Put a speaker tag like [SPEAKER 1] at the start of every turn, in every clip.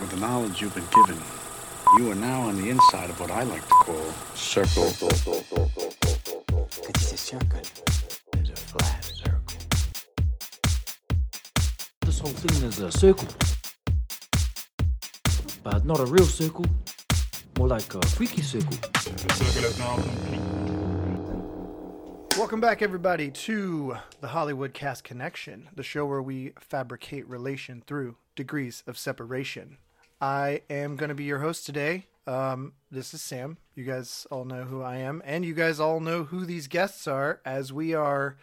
[SPEAKER 1] with the knowledge you've been given, you are now on the inside of what I like to call circle.
[SPEAKER 2] It's a circle. It's a flat circle.
[SPEAKER 3] This whole thing is a circle. But not a real circle, more like a freaky circle.
[SPEAKER 4] Welcome back, everybody, to the Hollywood Cast Connection, the show where we fabricate relation through degrees of separation. I am going to be your host today. Um, this is Sam. You guys all know who I am, and you guys all know who these guests are, as we are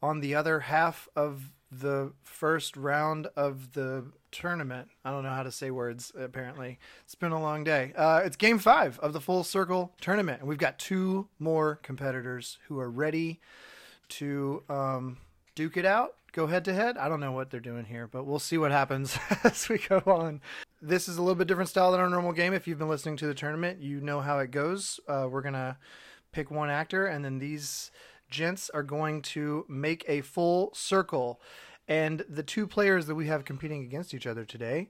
[SPEAKER 4] on the other half of the first round of the tournament. I don't know how to say words, apparently. It's been a long day. Uh, it's game five of the Full Circle tournament, and we've got two more competitors who are ready to um, duke it out, go head to head. I don't know what they're doing here, but we'll see what happens as we go on. This is a little bit different style than our normal game. If you've been listening to the tournament, you know how it goes. Uh, we're going to pick one actor, and then these gents are going to make a full circle. And the two players that we have competing against each other today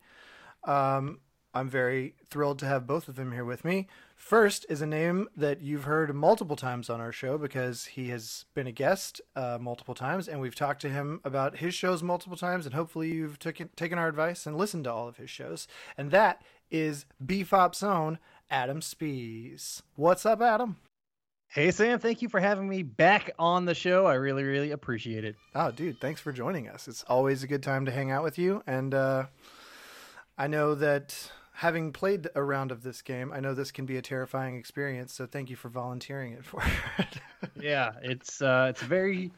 [SPEAKER 4] I'm very thrilled to have both of them here with me. First is a name that you've heard multiple times on our show because he has been a guest uh, multiple times, and we've talked to him about his shows multiple times. And hopefully, you've taken taken our advice and listened to all of his shows. And that is BFOP's own Adam Spees. What's up, Adam?
[SPEAKER 5] Hey Sam, thank you for having me back on the show. I really, really appreciate it.
[SPEAKER 4] Oh, dude, thanks for joining us. It's always a good time to hang out with you. And uh, I know that having played a round of this game, I know this can be a terrifying experience. So thank you for volunteering it for it.
[SPEAKER 5] Yeah, it's uh, it's very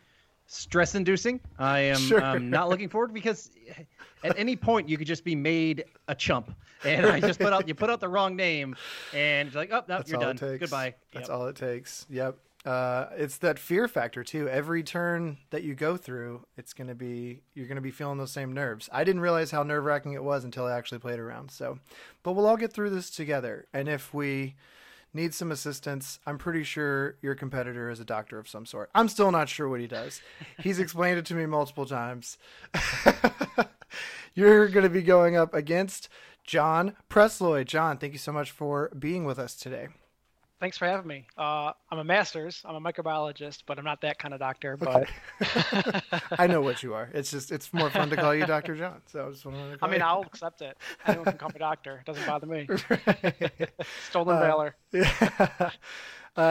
[SPEAKER 5] stress-inducing. I am
[SPEAKER 4] Sure.
[SPEAKER 5] um, not looking forward because at any point you could just be made a chump, and I just put out you put out the wrong name, and you're like, oh, no,
[SPEAKER 4] That's
[SPEAKER 5] you're
[SPEAKER 4] all
[SPEAKER 5] done.
[SPEAKER 4] it takes.
[SPEAKER 5] Goodbye.
[SPEAKER 4] That's
[SPEAKER 5] Yep.
[SPEAKER 4] all it takes. Yep. Uh, it's that fear factor too. Every turn that you go through, it's gonna be you're gonna be feeling those same nerves. I didn't realize how nerve wracking it was until I actually played around. So, but we'll all get through this together. And if we need some assistance, I'm pretty sure your competitor is a doctor of some sort. I'm still not sure what he does. He's explained it to me multiple times. You're going to be going up against John Presloy. John, thank you so much for being with us today.
[SPEAKER 6] Thanks for having me. Uh, I'm a master's. I'm a microbiologist, but I'm not that kind of doctor. But
[SPEAKER 4] I know what you are. It's just it's more fun to call you Dr. John. So I just wanted to
[SPEAKER 6] I
[SPEAKER 4] call
[SPEAKER 6] mean,
[SPEAKER 4] you-
[SPEAKER 6] I'll accept it. Anyone can call me doctor. It doesn't bother me. Stolen
[SPEAKER 4] Uh,
[SPEAKER 6] valor.
[SPEAKER 4] uh,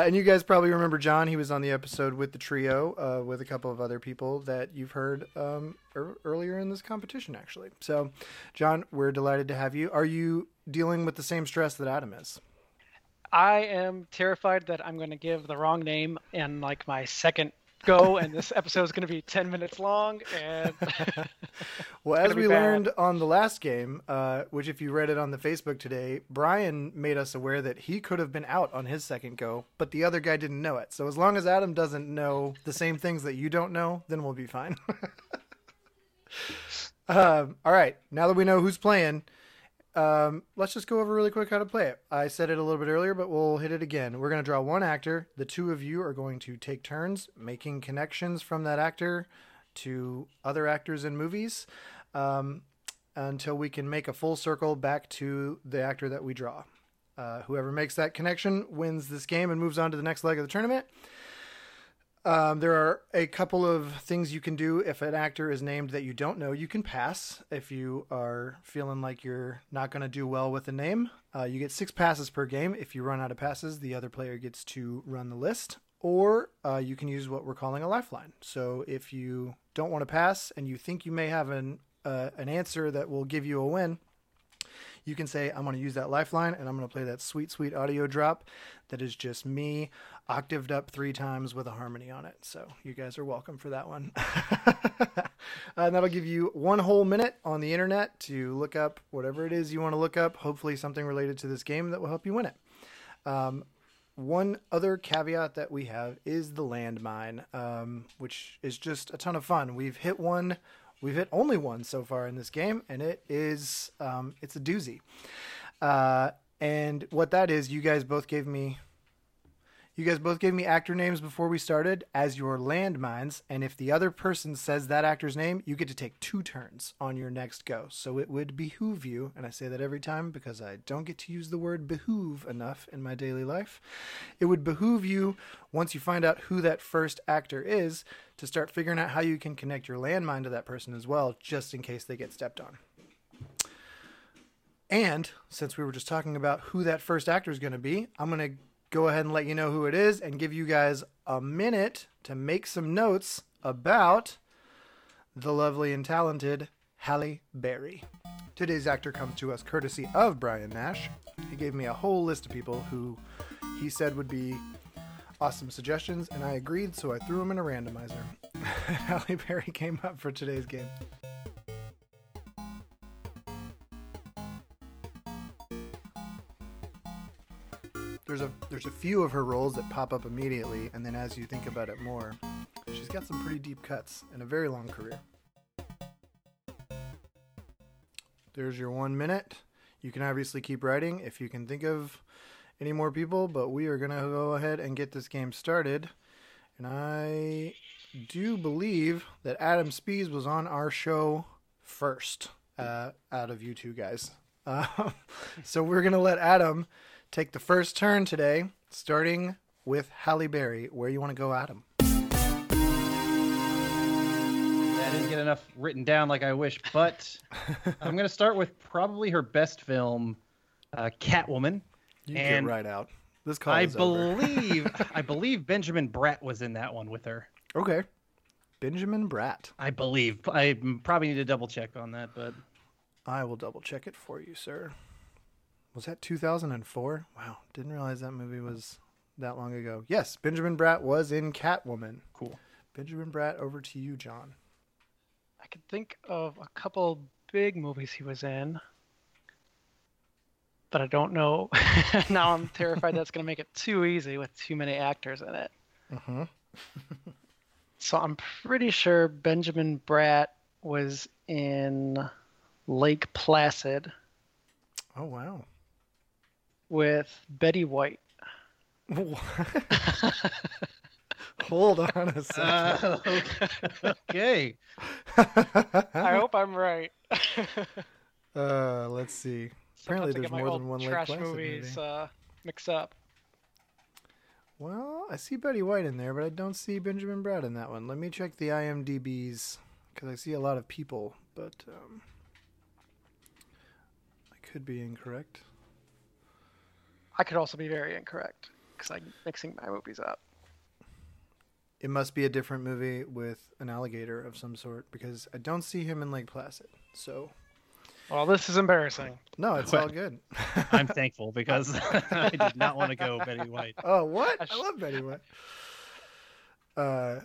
[SPEAKER 4] and you guys probably remember John. He was on the episode with the trio, uh, with a couple of other people that you've heard um, ear earlier in this competition, actually. So, John, we're delighted to have you. Are you dealing with the same stress that Adam is?
[SPEAKER 6] I am terrified that I'm going to give the wrong name in like my second go, and this episode is going to be 10 minutes long. And
[SPEAKER 4] Well, as
[SPEAKER 6] gonna be
[SPEAKER 4] we
[SPEAKER 6] bad.
[SPEAKER 4] learned on the last game, uh, which if you read it on the Facebook today, Brian made us aware that he could have been out on his second go, but the other guy didn't know it. So as long as Adam doesn't know the same things that you don't know, then we'll be fine. um, all right, now that we know who's playing, um, let's just go over really quick how to play it. I said it a little bit earlier, but we'll hit it again. We're going to draw one actor. The two of you are going to take turns making connections from that actor to other actors in movies um, until we can make a full circle back to the actor that we draw. Uh, whoever makes that connection wins this game and moves on to the next leg of the tournament. Um, there are a couple of things you can do if an actor is named that you don't know. You can pass if you are feeling like you're not going to do well with the name. Uh, you get six passes per game. If you run out of passes, the other player gets to run the list. Or uh, you can use what we're calling a lifeline. So if you don't want to pass and you think you may have an uh, an answer that will give you a win, you can say, I'm going to use that lifeline and I'm going to play that sweet, sweet audio drop that is just me octaved up three times with a harmony on it. So you guys are welcome for that one. Uh, and that'll give you one whole minute on the internet to look up whatever it is you want to look up, hopefully something related to this game that will help you win it. One other caveat that we have is the landmine, um, which is just a ton of fun. We've hit one, we've hit only one so far in this game, and it is um, it's a doozy. Uh, and what that is, you guys both gave me You guys both gave me actor names before we started as your landmines, and if the other person says that actor's name, you get to take two turns on your next go. So it would behoove you, and I say that every time because I don't get to use the word behoove enough in my daily life. It would behoove you, once you find out who that first actor is, to start figuring out how you can connect your landmine to that person as well, just in case they get stepped on. And since we were just talking about who that first actor is going to be, I'm going to go ahead and let you know who it is and give you guys a minute to make some notes about the lovely and talented Halle Berry. Today's actor comes to us courtesy of Brian Nash. He gave me a whole list of people who he said would be awesome suggestions, and I agreed, so I threw them in a randomizer. Halle Berry came up for today's game. there's a there's a few of her roles that pop up immediately, and then as you think about it more, she's got some pretty deep cuts and a very long career. There's your one minute. You can obviously keep writing if you can think of any more people, but we are gonna go ahead and get this game started. And I do believe that Adam Spees was on our show first uh, out of you two guys. Uh, so we're gonna let Adam take the first turn today, starting with Halle Berry. Where you want to go, Adam?
[SPEAKER 5] I didn't get enough written down like I wish, but I'm going to start with probably her best film, uh, Catwoman.
[SPEAKER 4] You
[SPEAKER 5] And-
[SPEAKER 4] get right out. This call
[SPEAKER 5] I
[SPEAKER 4] is over.
[SPEAKER 5] believe I believe Benjamin Bratt was in that one with her.
[SPEAKER 4] Okay, Benjamin Bratt.
[SPEAKER 5] I believe. I probably need to double check on that, but
[SPEAKER 4] I will double check it for you, sir. Was that 2004? Wow, didn't realize that movie was that long ago. Yes, Benjamin Bratt was in Catwoman.
[SPEAKER 5] Cool.
[SPEAKER 4] Benjamin Bratt, over to you, John.
[SPEAKER 6] I can think of a couple big movies he was in, but I don't know. now I'm terrified that's going to make it too easy with too many actors in it.
[SPEAKER 4] Mhm.
[SPEAKER 6] so I'm pretty sure Benjamin Bratt was in Lake Placid
[SPEAKER 4] Oh wow.
[SPEAKER 6] with Betty White.
[SPEAKER 4] Hold on a second.
[SPEAKER 5] Uh, okay.
[SPEAKER 6] Uh,
[SPEAKER 4] Oh.
[SPEAKER 6] I hope I'm right.
[SPEAKER 4] uh, let's see. Apparently,
[SPEAKER 6] Sometimes I
[SPEAKER 4] there's
[SPEAKER 6] get my
[SPEAKER 4] more
[SPEAKER 6] old
[SPEAKER 4] than one Lake
[SPEAKER 6] trash
[SPEAKER 4] Placid
[SPEAKER 6] movies
[SPEAKER 4] movie.
[SPEAKER 6] Uh, mixed up.
[SPEAKER 4] Well, I see Betty White in there, but I don't see Benjamin Bratt in that one. Let me check the IMDb's because I see a lot of people, but um, I could be incorrect.
[SPEAKER 6] I could also be very incorrect because I'm mixing my movies up.
[SPEAKER 4] It must be a different movie with an alligator of some sort because I don't see him in Lake Placid. So
[SPEAKER 6] Well, this is embarrassing.
[SPEAKER 4] no, it's all good.
[SPEAKER 5] I'm thankful because I did not want to go Betty White.
[SPEAKER 4] Oh, what? I love Betty White. Uh,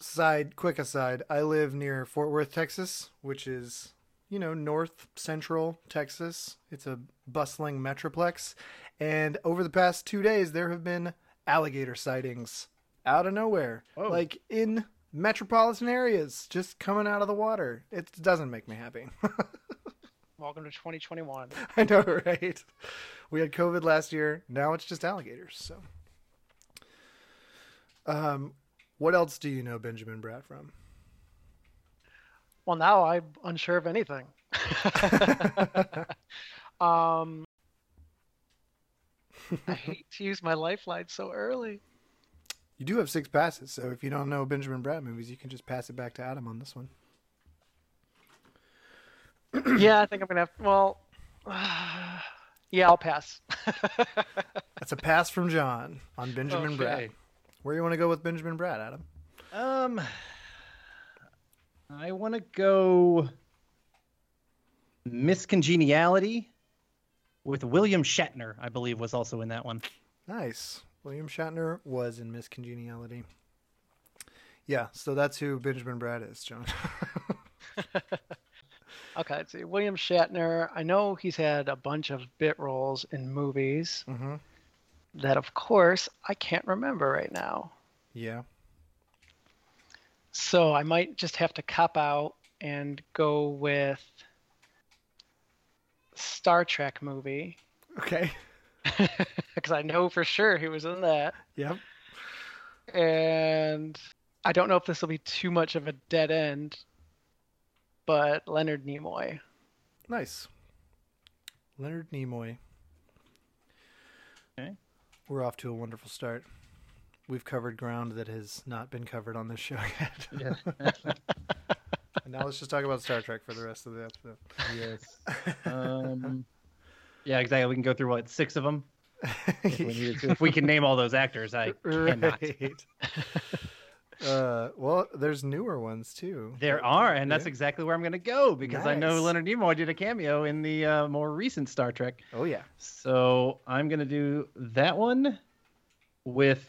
[SPEAKER 4] side, quick aside. I live near Fort Worth, Texas, which is, you know, north central Texas. It's a bustling metroplex. And over the past two days, there have been alligator sightings out of nowhere, like in metropolitan areas, just coming out of the water. It doesn't make me happy.
[SPEAKER 6] Welcome to 2021.
[SPEAKER 4] I know, right? We had COVID last year. Now it's just alligators. So, um, what else do you know Benjamin Bratt from?
[SPEAKER 6] Well, now I'm unsure of anything. um, I hate to use my lifeline so early.
[SPEAKER 4] You do have six passes, so if you don't know Benjamin Bratt movies, you can just pass it back to Adam on this one.
[SPEAKER 6] yeah, I think I'm gonna have. Well, yeah, I'll pass.
[SPEAKER 4] That's a pass from John on Benjamin Bratt.
[SPEAKER 5] Okay.
[SPEAKER 4] Where you want to go with Benjamin Bratt, Adam?
[SPEAKER 5] Um, I want to go Miss Congeniality with William Shatner. I believe was also in that one.
[SPEAKER 4] Nice. William Shatner was in Miss Congeniality. Yeah, so that's who Benjamin Bratt is, John.
[SPEAKER 6] okay, let's see. William Shatner. I know he's had a bunch of bit roles in movies
[SPEAKER 4] hmm
[SPEAKER 6] that, of course, I can't remember right now.
[SPEAKER 4] Yeah.
[SPEAKER 6] So I might just have to cop out and go with Star Trek movie.
[SPEAKER 4] Okay.
[SPEAKER 6] because I know for sure he was in that.
[SPEAKER 4] Yep.
[SPEAKER 6] And I don't know if this will be too much of a dead end, but Leonard Nimoy.
[SPEAKER 4] Nice. Leonard Nimoy.
[SPEAKER 5] Okay.
[SPEAKER 4] We're off to a wonderful start. We've covered ground that has not been covered on this show yet. and now let's just talk about Star Trek for the rest of the episode.
[SPEAKER 5] Yes. Um, yeah, exactly. We can go through what six of them. If we, needed to. If we can name all those actors, I cannot.
[SPEAKER 4] Right. uh, well, there's newer ones too.
[SPEAKER 5] There are, and that's exactly where I'm going to go because I know
[SPEAKER 4] Nice.
[SPEAKER 5] Leonard Nimoy did a cameo in the uh, more recent Star Trek.
[SPEAKER 4] Oh yeah.
[SPEAKER 5] So I'm going to do that one with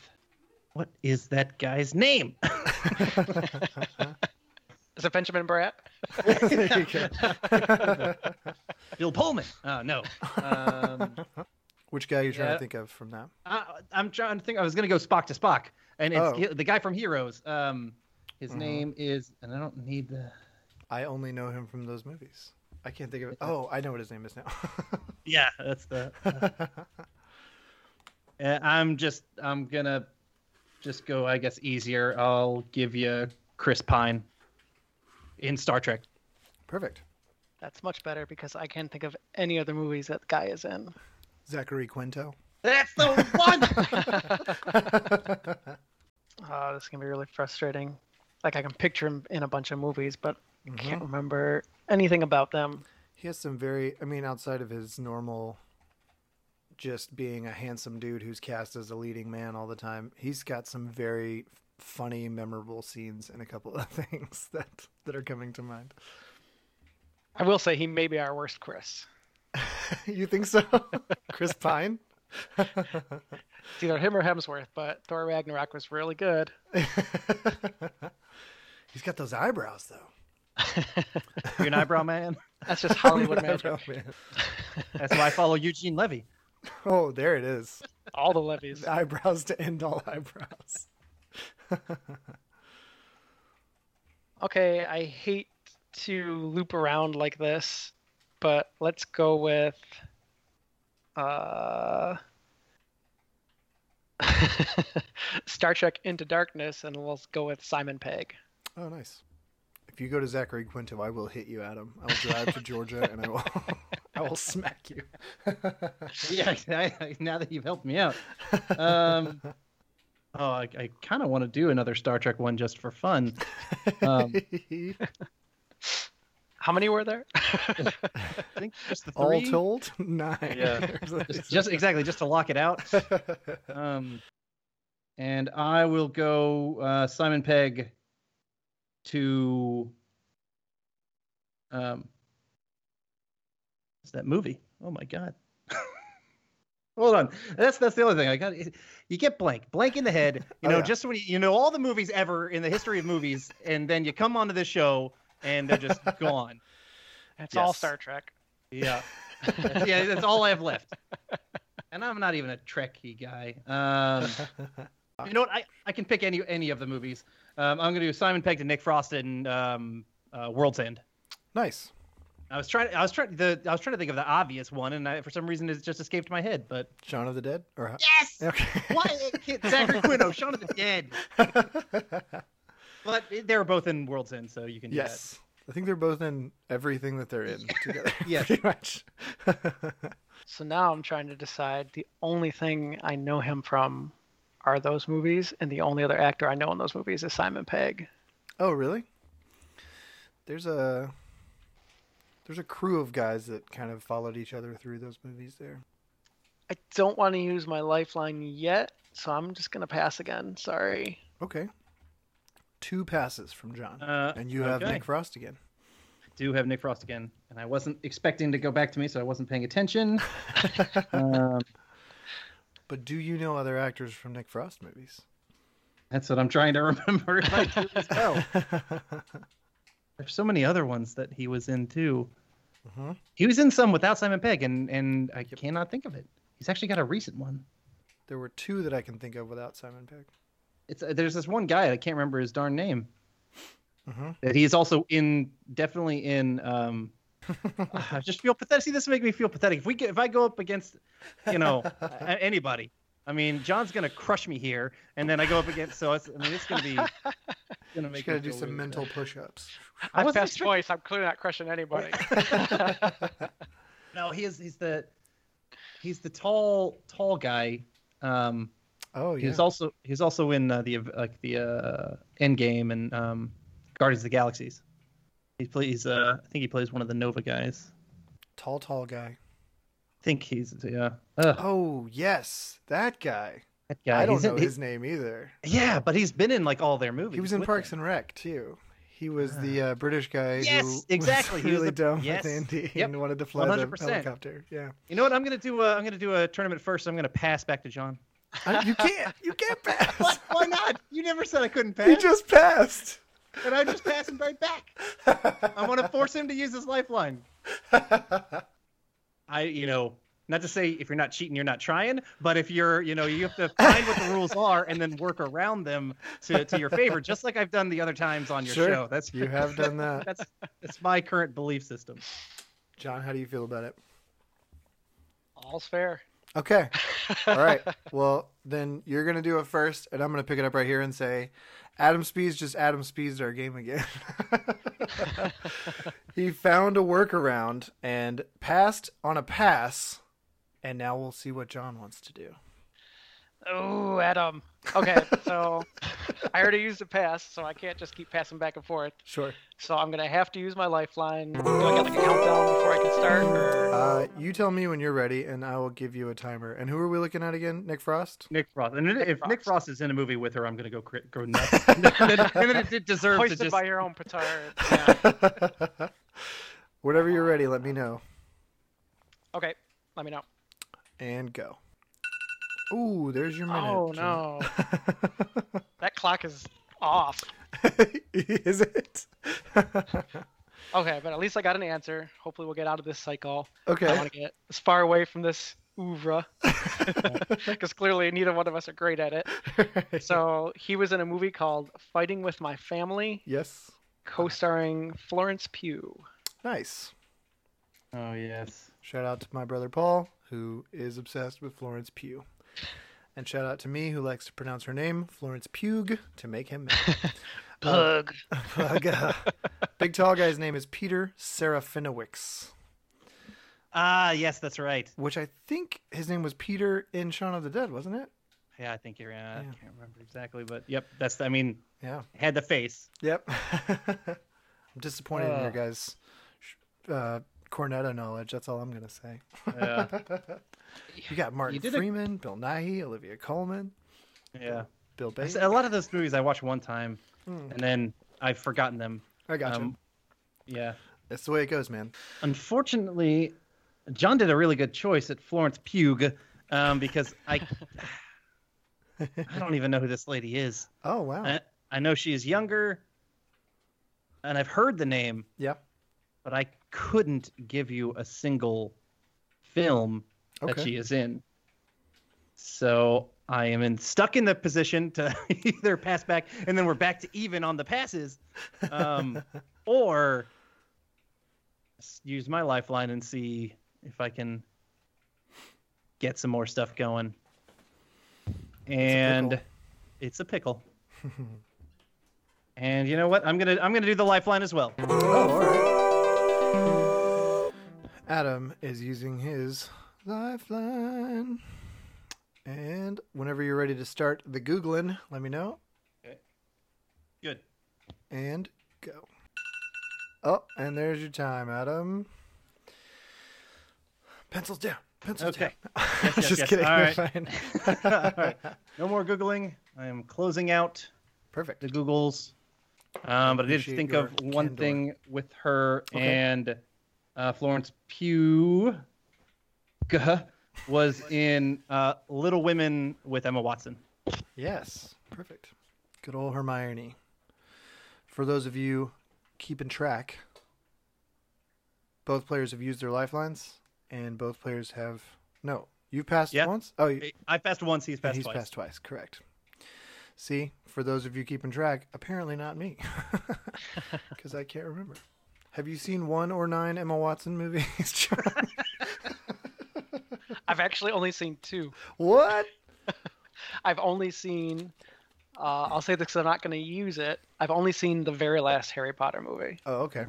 [SPEAKER 5] what is that guy's name?
[SPEAKER 6] Is it Benjamin Bratt?
[SPEAKER 4] There you go.
[SPEAKER 5] Bill Pullman. Oh, no. Um,
[SPEAKER 4] Which guy are you trying
[SPEAKER 5] Yeah.
[SPEAKER 4] to think of from that?
[SPEAKER 5] I, I'm trying to think. I was going to go Spock to Spock, and it's
[SPEAKER 4] Oh.
[SPEAKER 5] he- the guy from Heroes. Um, his
[SPEAKER 4] Mhm.
[SPEAKER 5] name is, and I don't need the.
[SPEAKER 4] I only know him from those movies. I can't think of it. Oh, I know what his name is now.
[SPEAKER 5] Yeah, that's the. Uh, I'm just I'm gonna just go I guess easier. I'll give you Chris Pine in Star Trek.
[SPEAKER 4] Perfect.
[SPEAKER 6] That's much better because I can't think of any other movies that guy is in.
[SPEAKER 4] Zachary Quinto.
[SPEAKER 5] That's the one.
[SPEAKER 6] Oh, this is gonna be really frustrating. Like I can picture him in a bunch of movies, but I can't remember anything about them.
[SPEAKER 4] He has some very, I mean, outside of his normal just being a handsome dude who's cast as a leading man all the time, he's got some very funny, memorable scenes and a couple of things that, that are coming to mind.
[SPEAKER 6] I will say he may be our worst Chris.
[SPEAKER 4] you think so? Chris Pine?
[SPEAKER 6] It's either him or Hemsworth, but Thor Ragnarok was really good.
[SPEAKER 4] he's got those eyebrows, though.
[SPEAKER 5] You're an eyebrow man.
[SPEAKER 6] That's just Hollywood magic.
[SPEAKER 4] Eyebrow Oh, man.
[SPEAKER 5] That's why I follow Eugene Levy.
[SPEAKER 4] Oh, there it is.
[SPEAKER 6] All the levies.
[SPEAKER 4] Eyebrows to end all eyebrows.
[SPEAKER 6] Okay, I hate to loop around like this, but let's go with uh Star Trek Into Darkness and let's go with Simon Pegg.
[SPEAKER 4] Oh, nice. If you go to Zachary Quinto, I will hit you, Adam. I will drive to Georgia and I will, I will smack you.
[SPEAKER 5] Yeah, I- now that you've helped me out. Um, oh, I, I kind of want to do another Star Trek one just for fun. Um,
[SPEAKER 6] How many were there?
[SPEAKER 5] I think just the
[SPEAKER 4] All
[SPEAKER 5] three.
[SPEAKER 4] told, nine.
[SPEAKER 5] Yeah. just, just exactly just to lock it out. Um, and I will go uh, Simon Pegg to um, what's that movie? Oh my god! Hold on, that's that's the other thing. I got you get blank, blank in the head. You
[SPEAKER 4] Oh,
[SPEAKER 5] know,
[SPEAKER 4] yeah.
[SPEAKER 5] just when you, you know all the movies ever in the history of movies, and then you come onto this show and they're just gone.
[SPEAKER 6] It's all
[SPEAKER 5] Yes.
[SPEAKER 6] Star Trek.
[SPEAKER 5] Yeah. That's- yeah, that's all I have left. And I'm not even a Trekkie guy. Um, you know what? I, I can pick any any of the movies. Um, I'm gonna do Simon Pegg to Nick Frost in um, uh, World's End.
[SPEAKER 4] nice.
[SPEAKER 5] I was trying. I was trying. The I was trying to think of the obvious one, and I, for some reason, it just escaped my head. But
[SPEAKER 4] Shaun of the Dead? Or
[SPEAKER 5] yes,
[SPEAKER 4] okay.
[SPEAKER 5] why can't Zachary Quinto, Shaun of the Dead? But they were both in World's End, so you can do
[SPEAKER 4] Yes. I think they're both in everything that they're in together.
[SPEAKER 5] Yes.
[SPEAKER 4] Pretty much.
[SPEAKER 6] So now I'm trying to decide the only thing I know him from are those movies, and the only other actor I know in those movies is Simon Pegg.
[SPEAKER 4] oh, really? There's a there's a crew of guys that kind of followed each other through those movies there.
[SPEAKER 6] I don't want to use my lifeline yet, so I'm just gonna pass again. Sorry.
[SPEAKER 4] Okay. Two passes from John.
[SPEAKER 5] that. Uh,
[SPEAKER 4] and you have
[SPEAKER 5] okay.
[SPEAKER 4] Nick Frost again.
[SPEAKER 5] do have Nick Frost again, and I wasn't expecting to go back to me, so I wasn't paying attention. um,
[SPEAKER 4] But do you know other actors from Nick Frost movies?
[SPEAKER 5] that's what I'm trying to remember. if I do as well. There's so many other ones that he was in too.
[SPEAKER 4] Mhm.
[SPEAKER 5] He was in some without Simon Pegg, and and I cannot think of it. He's actually got a recent one.
[SPEAKER 4] There were two that I can think of without Simon Pegg.
[SPEAKER 5] It's uh, there's this one guy I can't remember his darn name.
[SPEAKER 4] Mhm.
[SPEAKER 5] That he is also in, definitely in um, I just feel pathetic. See, this make me feel pathetic. If we get, if I go up against, you know, a- anybody, I mean, John's gonna crush me here, and then I go up against. So it's, I mean, it's gonna be. it's Gonna
[SPEAKER 4] Just
[SPEAKER 5] make me
[SPEAKER 4] gotta do
[SPEAKER 5] feel
[SPEAKER 4] some
[SPEAKER 5] really
[SPEAKER 4] mental
[SPEAKER 5] bad.
[SPEAKER 4] push-ups.
[SPEAKER 5] I
[SPEAKER 6] I'm
[SPEAKER 5] wasn't
[SPEAKER 6] fast
[SPEAKER 5] expect-
[SPEAKER 6] voice. I'm clearly not crushing anybody.
[SPEAKER 5] No, he is. He's the. He's the tall, tall guy. Um,
[SPEAKER 4] Oh yeah.
[SPEAKER 5] He's also he's also in uh, the like the uh, End Game and um, Guardians of the Galaxies. He plays. Uh, I think he plays one of the Nova guys.
[SPEAKER 4] tall, tall guy.
[SPEAKER 5] I think he's yeah. Ugh,
[SPEAKER 4] Oh yes, that guy.
[SPEAKER 5] that guy.
[SPEAKER 4] I don't
[SPEAKER 5] He's
[SPEAKER 4] know
[SPEAKER 5] in- he-
[SPEAKER 4] his name either.
[SPEAKER 5] yeah, but he's been in like all their movies.
[SPEAKER 4] He was in
[SPEAKER 5] with Ah.
[SPEAKER 4] Parks
[SPEAKER 5] them.
[SPEAKER 4] and Rec too. He was the uh, British guy
[SPEAKER 5] Yes,
[SPEAKER 4] who
[SPEAKER 5] exactly.
[SPEAKER 4] was
[SPEAKER 5] He was
[SPEAKER 4] really
[SPEAKER 5] the-
[SPEAKER 4] dumb
[SPEAKER 5] yes.
[SPEAKER 4] with Andy
[SPEAKER 5] Yep,
[SPEAKER 4] and wanted to fly the
[SPEAKER 5] 100%.
[SPEAKER 4] helicopter. Yeah,
[SPEAKER 5] You know what? I'm gonna do. A, I'm gonna do a tournament first. I'm gonna pass back to John.
[SPEAKER 4] I- you can't. You can't pass.
[SPEAKER 5] Why not? You never said I couldn't
[SPEAKER 4] He
[SPEAKER 5] pass,
[SPEAKER 4] just passed.
[SPEAKER 5] and I'm just passing right back. I want to force him to use his lifeline. I, you know, not to say if you're not cheating, you're not trying, but if you're, you know, you have to find what the rules are and then work around them to, to your favor, just like I've done the other times on your
[SPEAKER 4] Sure.
[SPEAKER 5] show. That's
[SPEAKER 4] You have done that,
[SPEAKER 5] that's that's my current belief system.
[SPEAKER 4] John. How do you feel about it?
[SPEAKER 6] All's fair.
[SPEAKER 4] Okay. All right. Well, then you're gonna do it first, and I'm gonna pick it up right here and say, Adam Spees just Adam Spees our game again. he found a workaround and passed on a pass, and now we'll see what John wants to do.
[SPEAKER 6] Oh, Adam. Okay, so I already used a pass, so I can't just keep passing back and forth.
[SPEAKER 4] Sure.
[SPEAKER 6] So I'm gonna have to use my lifeline. Do I get like a countdown before I can start? Or...
[SPEAKER 4] Uh, you tell me when you're ready, and I will give you a timer. And who are we looking at again? Nick Frost.
[SPEAKER 5] Nick Frost, and if Nick
[SPEAKER 6] Frost.
[SPEAKER 5] Frost is in a movie with her, I'm gonna go cri- go nuts. and then, and then it did deserve to
[SPEAKER 6] Hoisted
[SPEAKER 5] just.
[SPEAKER 6] by your own petard. Yeah.
[SPEAKER 4] Whenever you're ready, let me know
[SPEAKER 6] Okay, let me know.
[SPEAKER 4] and go. Ooh, there's your minute.
[SPEAKER 6] Oh
[SPEAKER 4] John.
[SPEAKER 6] no, that clock is off.
[SPEAKER 4] Is it?
[SPEAKER 6] Okay, but at least I got an answer. Hopefully, we'll get out of this cycle. I
[SPEAKER 4] okay.
[SPEAKER 6] want to get as far away from this oeuvre because clearly neither one of us are great at it. So he was in a movie called Fighting with My Family,
[SPEAKER 4] Yes.
[SPEAKER 6] co-starring Florence Pugh.
[SPEAKER 4] Nice.
[SPEAKER 5] Oh yes.
[SPEAKER 4] Shout out to my brother Paul, who is obsessed with Florence Pugh. And shout out to me, who likes to pronounce her name, Florence Pugh, to make him mad.
[SPEAKER 6] Bug.
[SPEAKER 4] Fuck, uh, Big tall guy's name is Peter Serafinowicz,
[SPEAKER 5] Ah yes, that's right.
[SPEAKER 4] which I think his name was Peter in Shaun of the Dead, wasn't it?
[SPEAKER 5] Yeah, I think you're. Uh, I
[SPEAKER 4] Yeah.
[SPEAKER 5] can't remember exactly, but yep, that's. I mean,
[SPEAKER 4] Yeah.
[SPEAKER 5] had the face.
[SPEAKER 4] Yep. I'm disappointed in your
[SPEAKER 5] Ugh.
[SPEAKER 4] guys' sh- uh, Cornetto knowledge. That's all I'm gonna say.
[SPEAKER 5] Yeah.
[SPEAKER 4] You got Martin
[SPEAKER 5] did a-
[SPEAKER 4] Freeman, Bill Nighy, Olivia Coleman,
[SPEAKER 5] Yeah.
[SPEAKER 4] Bill
[SPEAKER 5] I
[SPEAKER 4] Bates.
[SPEAKER 5] s- A lot of those movies I watch one time
[SPEAKER 4] Mm.
[SPEAKER 5] and then I've forgotten them.
[SPEAKER 4] I got you.
[SPEAKER 5] Um, yeah.
[SPEAKER 4] That's the way it goes, man.
[SPEAKER 5] Unfortunately, John did a really good choice at Florence Pugh um, because I I don't even know who this lady is.
[SPEAKER 4] Oh wow.
[SPEAKER 5] I, I know she is younger and I've heard the name,
[SPEAKER 4] yeah.
[SPEAKER 5] but I couldn't give you a single film that
[SPEAKER 4] Okay.
[SPEAKER 5] she is in. So I am in, stuck in the position to either pass back, and then we're back to even on the passes, um, or s- use my lifeline and see if I can get some more stuff going. And
[SPEAKER 4] pickle.
[SPEAKER 5] it's a pickle. and you know what? I'm gonna I'm gonna do the lifeline as well.
[SPEAKER 4] Oh, all right. Adam is using his lifeline. And whenever you're ready to start the Googling, let me know
[SPEAKER 5] Good.
[SPEAKER 4] and go. Oh, and there's your time, Adam. Pencils down. Pencils
[SPEAKER 5] Okay.
[SPEAKER 4] down.
[SPEAKER 5] yes,
[SPEAKER 4] Just
[SPEAKER 5] yes.
[SPEAKER 4] kidding.
[SPEAKER 5] All
[SPEAKER 4] You're
[SPEAKER 5] right.
[SPEAKER 4] fine.
[SPEAKER 5] All right. No more googling. I am closing out.
[SPEAKER 4] Perfect.
[SPEAKER 5] the Googles. Um, but I did
[SPEAKER 4] Appreciate
[SPEAKER 5] think
[SPEAKER 4] your
[SPEAKER 5] of one
[SPEAKER 4] candor.
[SPEAKER 5] thing with her
[SPEAKER 4] Okay.
[SPEAKER 5] and uh, Florence Pugh Gah, was in uh, Little Women with Emma Watson.
[SPEAKER 4] Yes, perfect. Good old Hermione. For those of you keeping track, both players have used their lifelines, and both players have no. You passed
[SPEAKER 5] Yeah.
[SPEAKER 4] once. Oh, you,
[SPEAKER 5] I passed once, he's
[SPEAKER 4] and
[SPEAKER 5] passed
[SPEAKER 4] he's
[SPEAKER 5] twice.
[SPEAKER 4] passed twice. Correct. See, for those of you keeping track, apparently not me, because I can't remember. Have you seen one or nine Emma Watson movies? John?
[SPEAKER 6] I've actually only seen two.
[SPEAKER 4] what?
[SPEAKER 6] I've only seen. Uh, I'll say this 'cause I'm not going to use it. I've only seen the very last Harry Potter movie,
[SPEAKER 4] Oh, okay.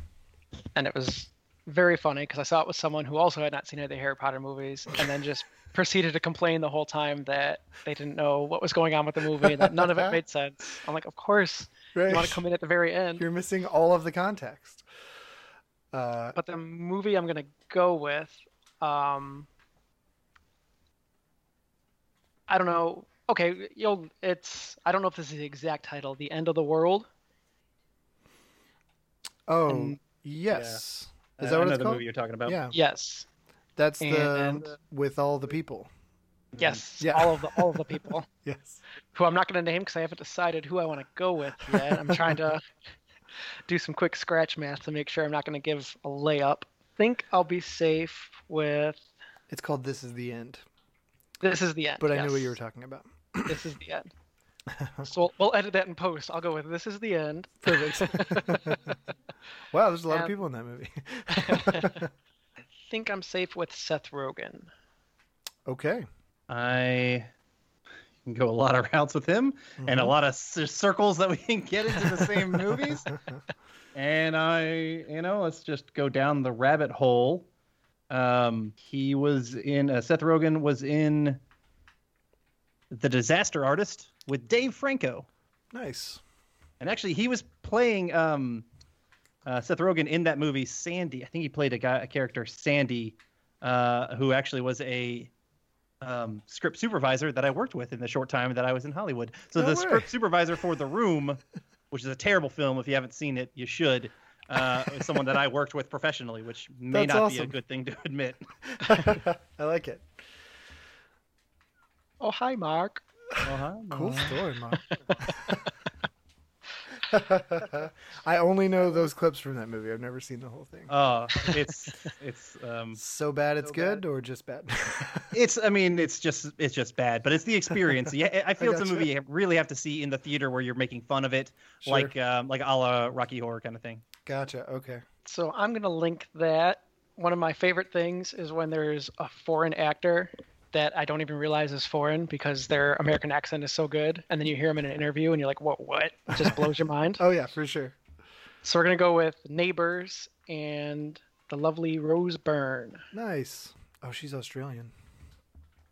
[SPEAKER 6] and it was very funny because I saw it with someone who also had not seen any of the Harry Potter movies, and then just proceeded to complain the whole time that they didn't know what was going on with the movie and that none of it made sense. I'm like, of course, you want to
[SPEAKER 4] Right.
[SPEAKER 6] come in at the very end.
[SPEAKER 4] You're missing all of the context. Uh,
[SPEAKER 6] but the movie I'm gonna go with, um, I don't know. Okay, you'll. It's. I don't know if this is the exact title. The end of the world.
[SPEAKER 4] oh,
[SPEAKER 6] And-
[SPEAKER 4] yes.
[SPEAKER 5] Uh,
[SPEAKER 4] Is that
[SPEAKER 5] I
[SPEAKER 4] what
[SPEAKER 5] know
[SPEAKER 4] it's
[SPEAKER 5] the
[SPEAKER 4] called?
[SPEAKER 5] movie you're talking about?
[SPEAKER 4] Yeah,
[SPEAKER 6] Yes.
[SPEAKER 4] that's
[SPEAKER 6] And-
[SPEAKER 4] the with all the people.
[SPEAKER 6] Yes.
[SPEAKER 4] Yeah.
[SPEAKER 6] All of the all of the people
[SPEAKER 4] Yes.
[SPEAKER 6] who I'm not gonna name because I haven't decided who I want to go with yet. I'm trying to do some quick scratch math to make sure I'm not gonna give a layup. Think I'll be safe with.
[SPEAKER 4] It's called This Is the End.
[SPEAKER 6] This is the end.
[SPEAKER 4] But I knew what you
[SPEAKER 6] yes.
[SPEAKER 4] were talking about.
[SPEAKER 6] this is the end. so we'll, we'll edit that in post. I'll go with this is the end.
[SPEAKER 4] Wow, there's a lot of
[SPEAKER 6] Um,
[SPEAKER 4] people in that movie.
[SPEAKER 6] think I'm safe with Seth Rogen.
[SPEAKER 4] okay.
[SPEAKER 5] I you can go a lot of routes with him and
[SPEAKER 4] Mm-hmm.
[SPEAKER 5] a lot of c- circles that we can get into the same movies. And I, you know, let's just go down the rabbit hole. Um, he was in uh, Seth Rogen was in The Disaster Artist with Dave Franco.
[SPEAKER 4] Mm-hmm. Nice.
[SPEAKER 5] And actually, he was playing um, uh, Seth Rogen in that movie Sandy. I think he played a guy, a character Sandy, uh, who actually was a um, script supervisor that I worked with in the short time that I was in Hollywood. So
[SPEAKER 4] No
[SPEAKER 5] the
[SPEAKER 4] way.
[SPEAKER 5] script supervisor for The Room, which is a terrible film. If you haven't seen it, you should. Uh, is someone that I worked with professionally, which may
[SPEAKER 4] That's
[SPEAKER 5] not be a
[SPEAKER 4] awesome.
[SPEAKER 5] good thing to admit.
[SPEAKER 4] I like it.
[SPEAKER 6] Oh, hi, Mark.
[SPEAKER 5] Uh-huh.
[SPEAKER 4] Cool story, Mom. I only know those clips from that movie. I've never seen the whole thing.
[SPEAKER 5] Uh, it's it's um,
[SPEAKER 4] so bad it's
[SPEAKER 5] so
[SPEAKER 4] good
[SPEAKER 5] bad.
[SPEAKER 4] or just bad?
[SPEAKER 5] It's I mean it's just it's just bad, but it's the experience. Yeah, I- I feel it's a
[SPEAKER 4] gotcha.
[SPEAKER 5] movie you really have to see in the theater where you're making fun of it,
[SPEAKER 4] Sure.
[SPEAKER 5] like um, like a la Rocky Horror kind of thing.
[SPEAKER 4] gotcha. Okay.
[SPEAKER 6] So I'm going to link that. One of my favorite things is when there's a foreign actor that I don't even realize is foreign because their American accent is so good. And then you hear them in an interview and you're like, what, what? It just blows your mind.
[SPEAKER 4] Oh yeah, for sure.
[SPEAKER 6] So we're going to go with Neighbors and the lovely Rose Byrne.
[SPEAKER 4] Nice. Oh, she's Australian.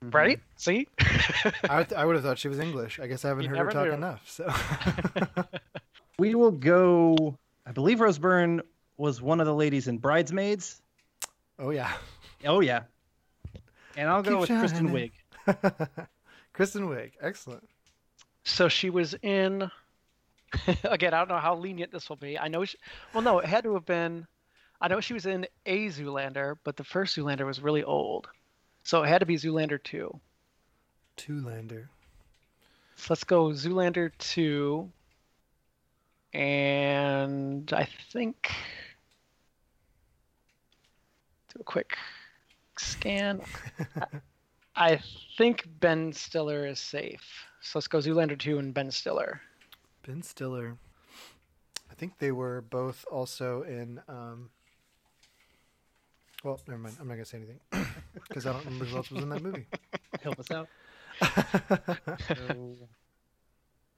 [SPEAKER 6] Right? See?
[SPEAKER 4] I, th- I would have thought she was English. I guess I haven't
[SPEAKER 6] You
[SPEAKER 4] heard her
[SPEAKER 6] never
[SPEAKER 4] talk
[SPEAKER 6] knew.
[SPEAKER 4] enough. So
[SPEAKER 5] We will go. I believe Rose Byrne was one of the ladies in Bridesmaids.
[SPEAKER 4] Oh yeah.
[SPEAKER 5] Oh yeah, and I'll
[SPEAKER 4] Keep
[SPEAKER 5] go with Kristen
[SPEAKER 4] shining.
[SPEAKER 5] Wiig.
[SPEAKER 4] Kristen Wiig, excellent.
[SPEAKER 6] So she was in. Again, I don't know how lenient this will be. I know. She, well, no, it had to have been. I know she was in a Zoolander, but the first Zoolander was really old, so it had to be Zoolander two.
[SPEAKER 4] Two-lander.
[SPEAKER 6] So let's go Zoolander two. And I think do a quick scan. I, I think Ben Stiller is safe. So let's go Zoolander two and Ben Stiller.
[SPEAKER 4] Ben Stiller. I think they were both also in. Um... Well, never mind. I'm not gonna say anything because I don't remember who else was in that movie.
[SPEAKER 5] Help us out.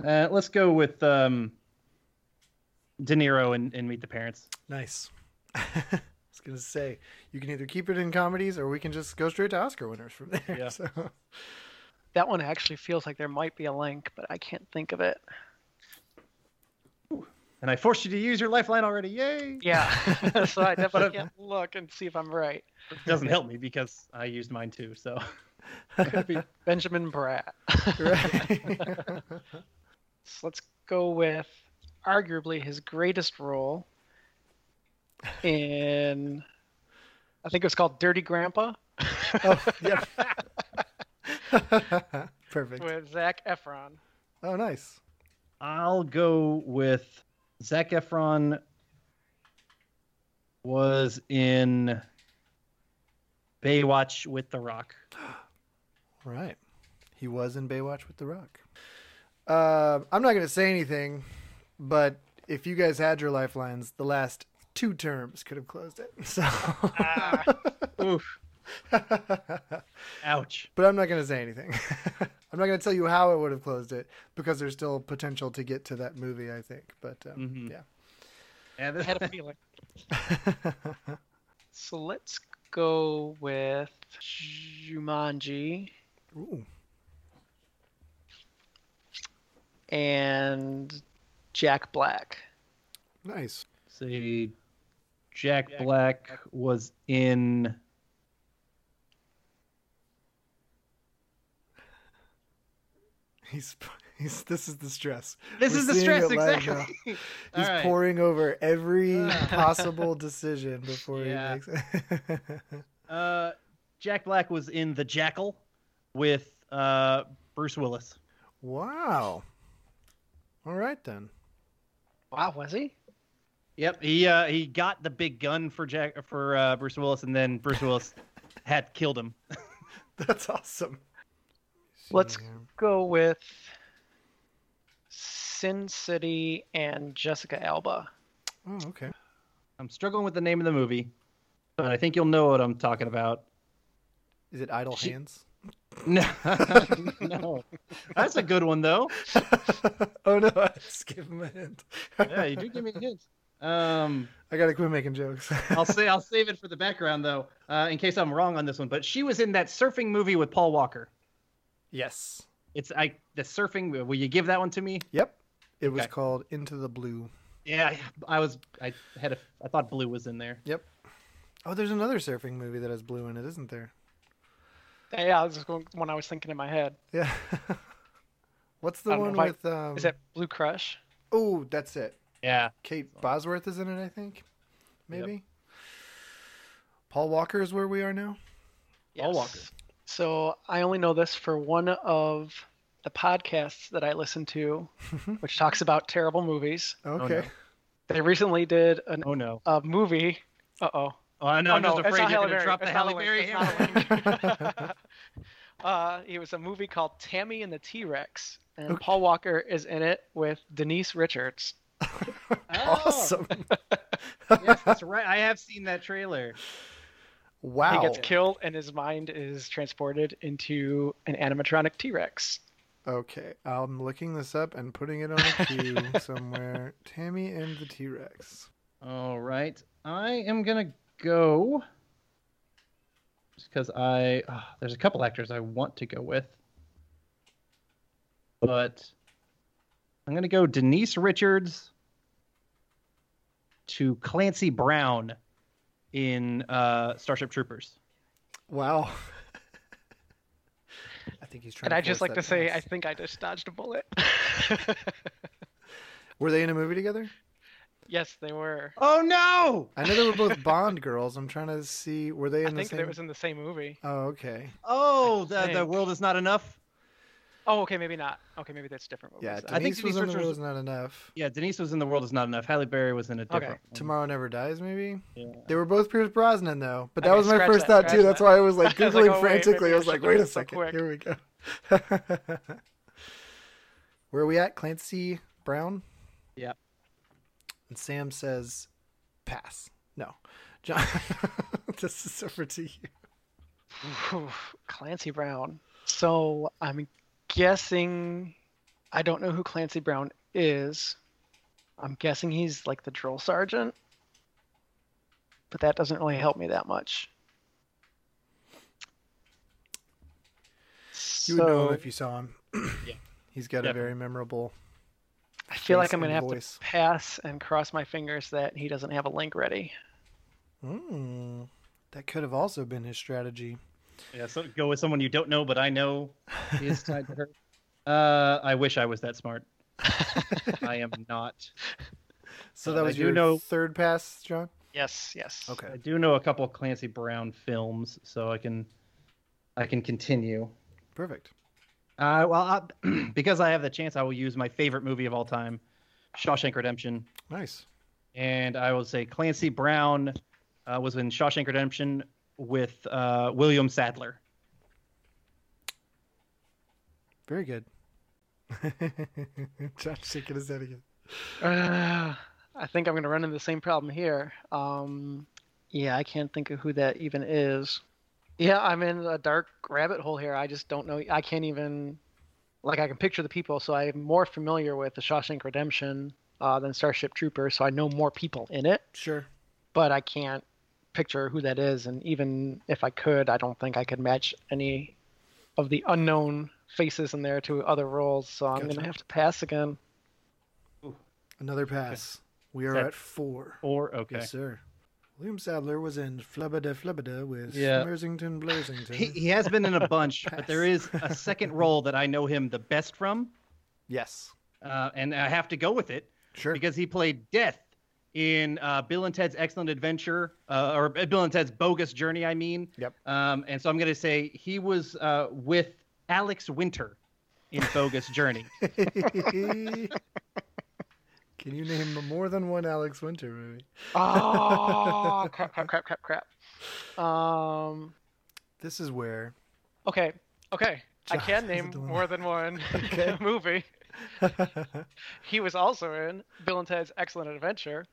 [SPEAKER 5] Uh, let's go with um, De Niro and, and Meet the Parents.
[SPEAKER 4] nice. I was gonna say you can either keep it in comedies or we can just go straight to Oscar winners from there.
[SPEAKER 5] Yeah.
[SPEAKER 4] So.
[SPEAKER 6] That one actually feels like there might be a link, but I can't think of it.
[SPEAKER 5] And I forced you to use your lifeline already. Yay!
[SPEAKER 6] Yeah. so I definitely
[SPEAKER 5] But-
[SPEAKER 6] can't look and see if I'm right.
[SPEAKER 5] doesn't help me because I used mine too. So
[SPEAKER 6] Benjamin Bratt.
[SPEAKER 4] Right.
[SPEAKER 6] So let's go with arguably his greatest role in I think it was called Dirty Grandpa
[SPEAKER 4] oh, yep. Perfect.
[SPEAKER 6] with Zach Efron.
[SPEAKER 4] Oh, nice.
[SPEAKER 5] I'll go with Zach Efron was in Baywatch with The Rock.
[SPEAKER 4] Right. He was in Baywatch with The Rock. Uh, I'm not going to say anything, but if you guys had your lifelines, the last two terms could have closed it. So,
[SPEAKER 5] Ah. Oof. Ouch.
[SPEAKER 4] but I'm not going to say anything. I'm not going to tell you how it would have closed it because there's still potential to get to that movie, I think. But um,
[SPEAKER 5] Mhm.
[SPEAKER 4] yeah.
[SPEAKER 5] Yeah,
[SPEAKER 6] I
[SPEAKER 5] this,
[SPEAKER 6] had a feeling. so let's go with Jumanji
[SPEAKER 4] Ooh.
[SPEAKER 6] and Jack Black.
[SPEAKER 4] Nice.
[SPEAKER 5] say Jack, Black was in.
[SPEAKER 4] He's he's this is the stress.
[SPEAKER 5] This
[SPEAKER 4] We're
[SPEAKER 5] is the
[SPEAKER 4] seeing
[SPEAKER 5] stress
[SPEAKER 4] it live now.
[SPEAKER 5] exactly. All
[SPEAKER 4] He's
[SPEAKER 5] right.
[SPEAKER 4] pouring over every
[SPEAKER 5] Ah.
[SPEAKER 4] possible decision before
[SPEAKER 5] Yeah.
[SPEAKER 4] he makes
[SPEAKER 5] Uh, Jack Black was in The Jackal with uh, Bruce Willis.
[SPEAKER 4] wow. All right then.
[SPEAKER 6] Wow, was he?
[SPEAKER 5] Yep, he uh, he got the big gun for Jack for uh, Bruce Willis, and then Bruce Willis had killed him.
[SPEAKER 4] That's awesome.
[SPEAKER 6] Let's
[SPEAKER 4] See here.
[SPEAKER 6] go with Sin City and Jessica Alba.
[SPEAKER 4] Oh, okay.
[SPEAKER 5] I'm struggling with the name of the movie, but I think you'll know what I'm talking about.
[SPEAKER 4] Is it idle hands?
[SPEAKER 5] No, no, that's a good one though.
[SPEAKER 4] oh no, I just gave him a hint.
[SPEAKER 5] Yeah, you do give me a hint. Um,
[SPEAKER 4] I gotta quit making jokes.
[SPEAKER 5] I'll say I'll save it for the background though, uh, in case I'm wrong on this one. But she was in that surfing movie with Paul Walker.
[SPEAKER 4] yes.
[SPEAKER 5] It's I the surfing. Will you give that one to me?
[SPEAKER 4] Yep. It was
[SPEAKER 5] Okay.
[SPEAKER 4] called Into the Blue.
[SPEAKER 5] Yeah, I was. I had. A, I thought Blue was in there.
[SPEAKER 4] Yep. Oh, there's another surfing movie that has blue in it, isn't there?
[SPEAKER 6] Yeah, I was just going one I was thinking in my head.
[SPEAKER 4] Yeah. What's the
[SPEAKER 6] I don't
[SPEAKER 4] one
[SPEAKER 6] know if I-
[SPEAKER 4] with um
[SPEAKER 6] Is that Blue Crush?
[SPEAKER 4] Oh, that's it.
[SPEAKER 5] Yeah.
[SPEAKER 4] Kate Bosworth is in it, I think. Maybe. Paul Walker is where we are now.
[SPEAKER 5] Paul Walker.
[SPEAKER 6] So I only know this for one of the podcasts that I listen to, which talks about terrible movies.
[SPEAKER 4] Okay.
[SPEAKER 6] They recently did an,
[SPEAKER 5] Oh no.
[SPEAKER 6] a movie. Uh oh.
[SPEAKER 5] Oh, I know.
[SPEAKER 6] Oh,
[SPEAKER 5] I'm just
[SPEAKER 6] no, it's
[SPEAKER 5] afraid you're
[SPEAKER 6] not Halle
[SPEAKER 5] gonna
[SPEAKER 6] Berry.
[SPEAKER 5] drop the
[SPEAKER 6] It's
[SPEAKER 5] Halle
[SPEAKER 6] Halle-
[SPEAKER 5] Berry
[SPEAKER 6] it's
[SPEAKER 5] hammer.
[SPEAKER 6] Uh, it was a movie called Tammy and the T Rex, and Paul Walker is in it with Denise Richards.
[SPEAKER 4] Awesome.
[SPEAKER 5] Oh, yes, that's right. I have seen that trailer.
[SPEAKER 4] Wow.
[SPEAKER 6] He gets killed, and his mind is transported into an animatronic T Rex.
[SPEAKER 4] Okay. I'm looking this up and putting it on a queue somewhere. Tammy and the T Rex.
[SPEAKER 5] All right. I am gonna go because I ah, there's a couple actors I want to go with, but I'm gonna go Denise Richards to Clancy Brown in uh, Starship Troopers.
[SPEAKER 4] Wow. I think he's trying
[SPEAKER 6] And
[SPEAKER 4] to
[SPEAKER 6] I just
[SPEAKER 4] force
[SPEAKER 6] like to
[SPEAKER 4] that
[SPEAKER 6] say, I
[SPEAKER 4] pass.
[SPEAKER 6] think I just dodged a bullet.
[SPEAKER 4] Were they in a movie together?
[SPEAKER 6] yes, they were.
[SPEAKER 5] Oh no!
[SPEAKER 4] I know they were both Bond girls. I'm trying to see were they in
[SPEAKER 6] I
[SPEAKER 4] the
[SPEAKER 6] think
[SPEAKER 4] same
[SPEAKER 6] that it was in the same movie.
[SPEAKER 4] Oh, okay.
[SPEAKER 5] Oh, the, the
[SPEAKER 6] think.
[SPEAKER 5] world is not enough.
[SPEAKER 6] Oh, okay, maybe not. Okay, maybe that's different. What
[SPEAKER 4] Yeah,
[SPEAKER 6] was
[SPEAKER 4] Denise,
[SPEAKER 5] Denise
[SPEAKER 6] that?
[SPEAKER 4] was in the
[SPEAKER 5] Richards-
[SPEAKER 4] world is not enough.
[SPEAKER 5] Yeah, Denise was in the world is not enough. Halle Berry was in a different. one.
[SPEAKER 4] Tomorrow Never Dies, maybe.
[SPEAKER 5] Yeah.
[SPEAKER 4] They were both Pierce Brosnan though, but that
[SPEAKER 6] Okay,
[SPEAKER 4] was my
[SPEAKER 6] scratch
[SPEAKER 4] first
[SPEAKER 6] that,
[SPEAKER 4] thought too.
[SPEAKER 6] scratch
[SPEAKER 4] That's
[SPEAKER 6] that.
[SPEAKER 4] why I was like
[SPEAKER 6] I was
[SPEAKER 4] googling
[SPEAKER 6] like, oh, wait,
[SPEAKER 4] frantically.
[SPEAKER 6] maybe
[SPEAKER 4] I
[SPEAKER 6] I
[SPEAKER 4] was like,
[SPEAKER 6] should
[SPEAKER 4] wait a
[SPEAKER 6] look this up
[SPEAKER 4] second,
[SPEAKER 6] quick.
[SPEAKER 4] here we go. Where are we at? Clancy Brown.
[SPEAKER 5] Yep.
[SPEAKER 4] And Sam says, pass. No, John. this is over to you.
[SPEAKER 6] Ooh, Clancy Brown. So I'm guessing I don't know who Clancy Brown is. I'm guessing he's like the drill sergeant. But that doesn't really help me that much.
[SPEAKER 4] You would know
[SPEAKER 6] So
[SPEAKER 4] him if you saw him.
[SPEAKER 5] Yeah.
[SPEAKER 4] He's got a
[SPEAKER 5] Definitely.
[SPEAKER 4] very memorable.
[SPEAKER 6] I feel
[SPEAKER 4] face
[SPEAKER 6] like I'm gonna
[SPEAKER 4] and
[SPEAKER 6] have
[SPEAKER 4] voice.
[SPEAKER 6] to pass and cross my fingers that he doesn't have a link ready.
[SPEAKER 4] Mm, that could have also been his strategy.
[SPEAKER 5] Yeah, so go with someone you don't know, but I know is tied to her. Uh, I wish I was that smart. I am not.
[SPEAKER 4] So
[SPEAKER 5] Uh,
[SPEAKER 4] that
[SPEAKER 5] I
[SPEAKER 4] was
[SPEAKER 5] do
[SPEAKER 4] your
[SPEAKER 5] know-
[SPEAKER 4] third pass, John.
[SPEAKER 6] Yes, yes.
[SPEAKER 4] Okay.
[SPEAKER 5] I do know a couple of Clancy Brown films, so I can, I can continue.
[SPEAKER 4] Perfect.
[SPEAKER 5] Uh, well, I, because I have the chance, I will use my favorite movie of all time, Shawshank Redemption,
[SPEAKER 4] Nice.
[SPEAKER 5] and I will say Clancy Brown uh, was in Shawshank Redemption with uh, William Sadler.
[SPEAKER 4] Very good. John's shaking his head again.
[SPEAKER 6] Uh, I think I'm going to run into the same problem here. Um, yeah, I can't think of who that even is. Yeah, I'm in a dark rabbit hole here. I just don't know. I can't even, like, I can picture the people. So I'm more familiar with The Shawshank Redemption uh, than Starship Troopers. So I know more people in it,
[SPEAKER 4] Sure.
[SPEAKER 6] but I can't picture who that is. And even if I could, I don't think I could match any of the unknown faces in there to other roles. So I'm going
[SPEAKER 4] Gotcha.
[SPEAKER 6] to have to pass again.
[SPEAKER 4] Another pass. We are
[SPEAKER 5] That-
[SPEAKER 4] at four.
[SPEAKER 5] Or okay.
[SPEAKER 4] Yes, sir. William Sadler was in Flubbada Flubbada with
[SPEAKER 5] Yeah.
[SPEAKER 4] Mersington Blursington.
[SPEAKER 5] He, he has been in a bunch, but there is a second role that I know him the best from,
[SPEAKER 4] yes.
[SPEAKER 5] uh, and I have to go with it
[SPEAKER 4] Sure.
[SPEAKER 5] because he played Death in uh, Bill and Ted's Excellent Adventure, uh, or Bill and Ted's Bogus Journey, I mean.
[SPEAKER 4] Yep.
[SPEAKER 5] Um, and so I'm going to say he was uh, with Alex Winter in Bogus Journey.
[SPEAKER 4] Can you name more than one Alex Winter movie?
[SPEAKER 6] Oh, crap, crap, crap, crap, crap. Um,
[SPEAKER 4] This is where
[SPEAKER 6] okay, okay. I
[SPEAKER 4] Josh
[SPEAKER 6] can
[SPEAKER 4] is
[SPEAKER 6] name
[SPEAKER 4] the one.
[SPEAKER 6] more than one
[SPEAKER 4] Okay.
[SPEAKER 6] movie.
[SPEAKER 4] Oh,
[SPEAKER 6] He was also in Bill and Ted's Excellent Adventure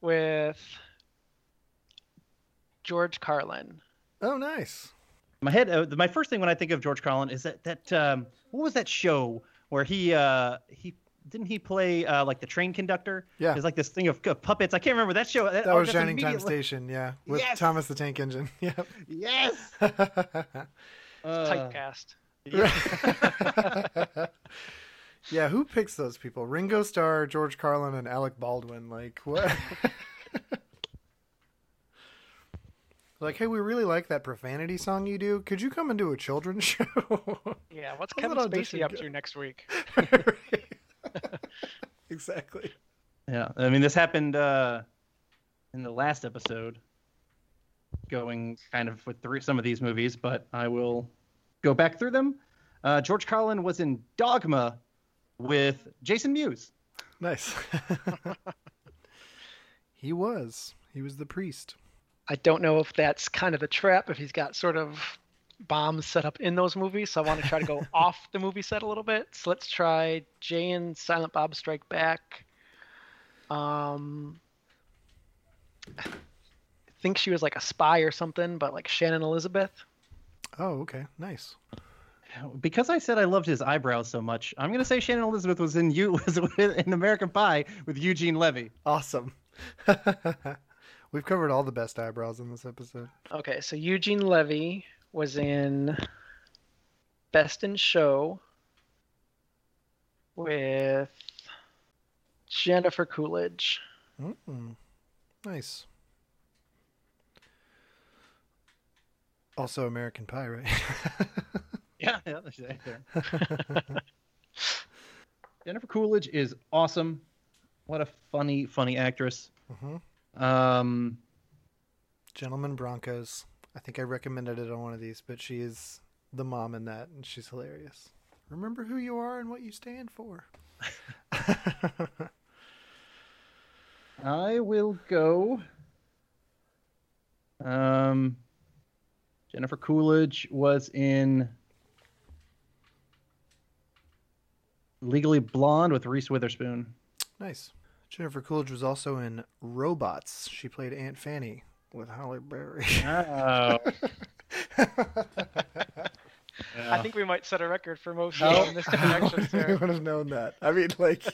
[SPEAKER 6] with George Carlin.
[SPEAKER 4] Oh, nice.
[SPEAKER 5] my head, uh, my first thing when I think of George Carlin is that that um, what was that show where he uh, he didn't he play uh, like the train conductor?
[SPEAKER 4] Yeah.
[SPEAKER 5] There's like this thing of, of puppets. I can't remember that show.
[SPEAKER 4] That
[SPEAKER 5] oh,
[SPEAKER 4] was
[SPEAKER 5] that's
[SPEAKER 4] Shining Time
[SPEAKER 5] immediately-
[SPEAKER 4] Station, yeah, with
[SPEAKER 5] Yes!
[SPEAKER 4] Thomas the Tank Engine. Yep.
[SPEAKER 5] Yes. Uh,
[SPEAKER 6] Typecast.
[SPEAKER 4] yeah, who picks those people? Ringo Starr, George Carlin, and Alec Baldwin. Like what? like, hey, we really like that profanity song you do. Could you come and do a children's show?
[SPEAKER 6] Yeah, what's
[SPEAKER 4] How's
[SPEAKER 6] Kevin
[SPEAKER 4] that audition
[SPEAKER 6] Spacey up
[SPEAKER 4] go?
[SPEAKER 6] to next week?
[SPEAKER 4] exactly.
[SPEAKER 5] Yeah, I mean, this happened uh, in the last episode, going kind of with three, some of these movies, but I will go back through them. Uh, George Carlin was in Dogma with Jason Mewes.
[SPEAKER 4] Nice. he was. He was the priest.
[SPEAKER 6] I don't know if that's kind of the trap, if he's got sort of bombs set up in those movies. So I want to try to go off the movie set a little bit. So let's try Jay and Silent Bob Strike Back. Um, I think she was like a spy or something, but like Shannon Elizabeth.
[SPEAKER 4] Oh, okay. Nice.
[SPEAKER 5] Because I said I loved his eyebrows so much, I'm gonna say Shannon Elizabeth was in you was in American Pie with Eugene Levy.
[SPEAKER 4] Awesome. We've covered all the best eyebrows in this episode.
[SPEAKER 6] Okay, so Eugene Levy was in Best in Show with Jennifer Coolidge.
[SPEAKER 4] Mm-mm. Mm. Nice. Also, American Pie, right?
[SPEAKER 5] Yeah, yeah, that's right there. Jennifer Coolidge is awesome. What a funny, funny actress.
[SPEAKER 4] Mhm.
[SPEAKER 5] Um,
[SPEAKER 4] Gentlemen Broncos. I think I recommended it on one of these, but she is the mom in that, and she's hilarious. Remember who you are and what you stand for.
[SPEAKER 5] I will go. Um, Jennifer Coolidge was in Legally Blonde with Reese Witherspoon.
[SPEAKER 4] Nice. Jennifer Coolidge was also in Robots. She played Aunt Fanny with Holly Berry.
[SPEAKER 5] Oh,
[SPEAKER 6] I think we might set a record for most Uh. no. misconnections
[SPEAKER 4] I
[SPEAKER 6] there.
[SPEAKER 4] would have known that. I mean, like,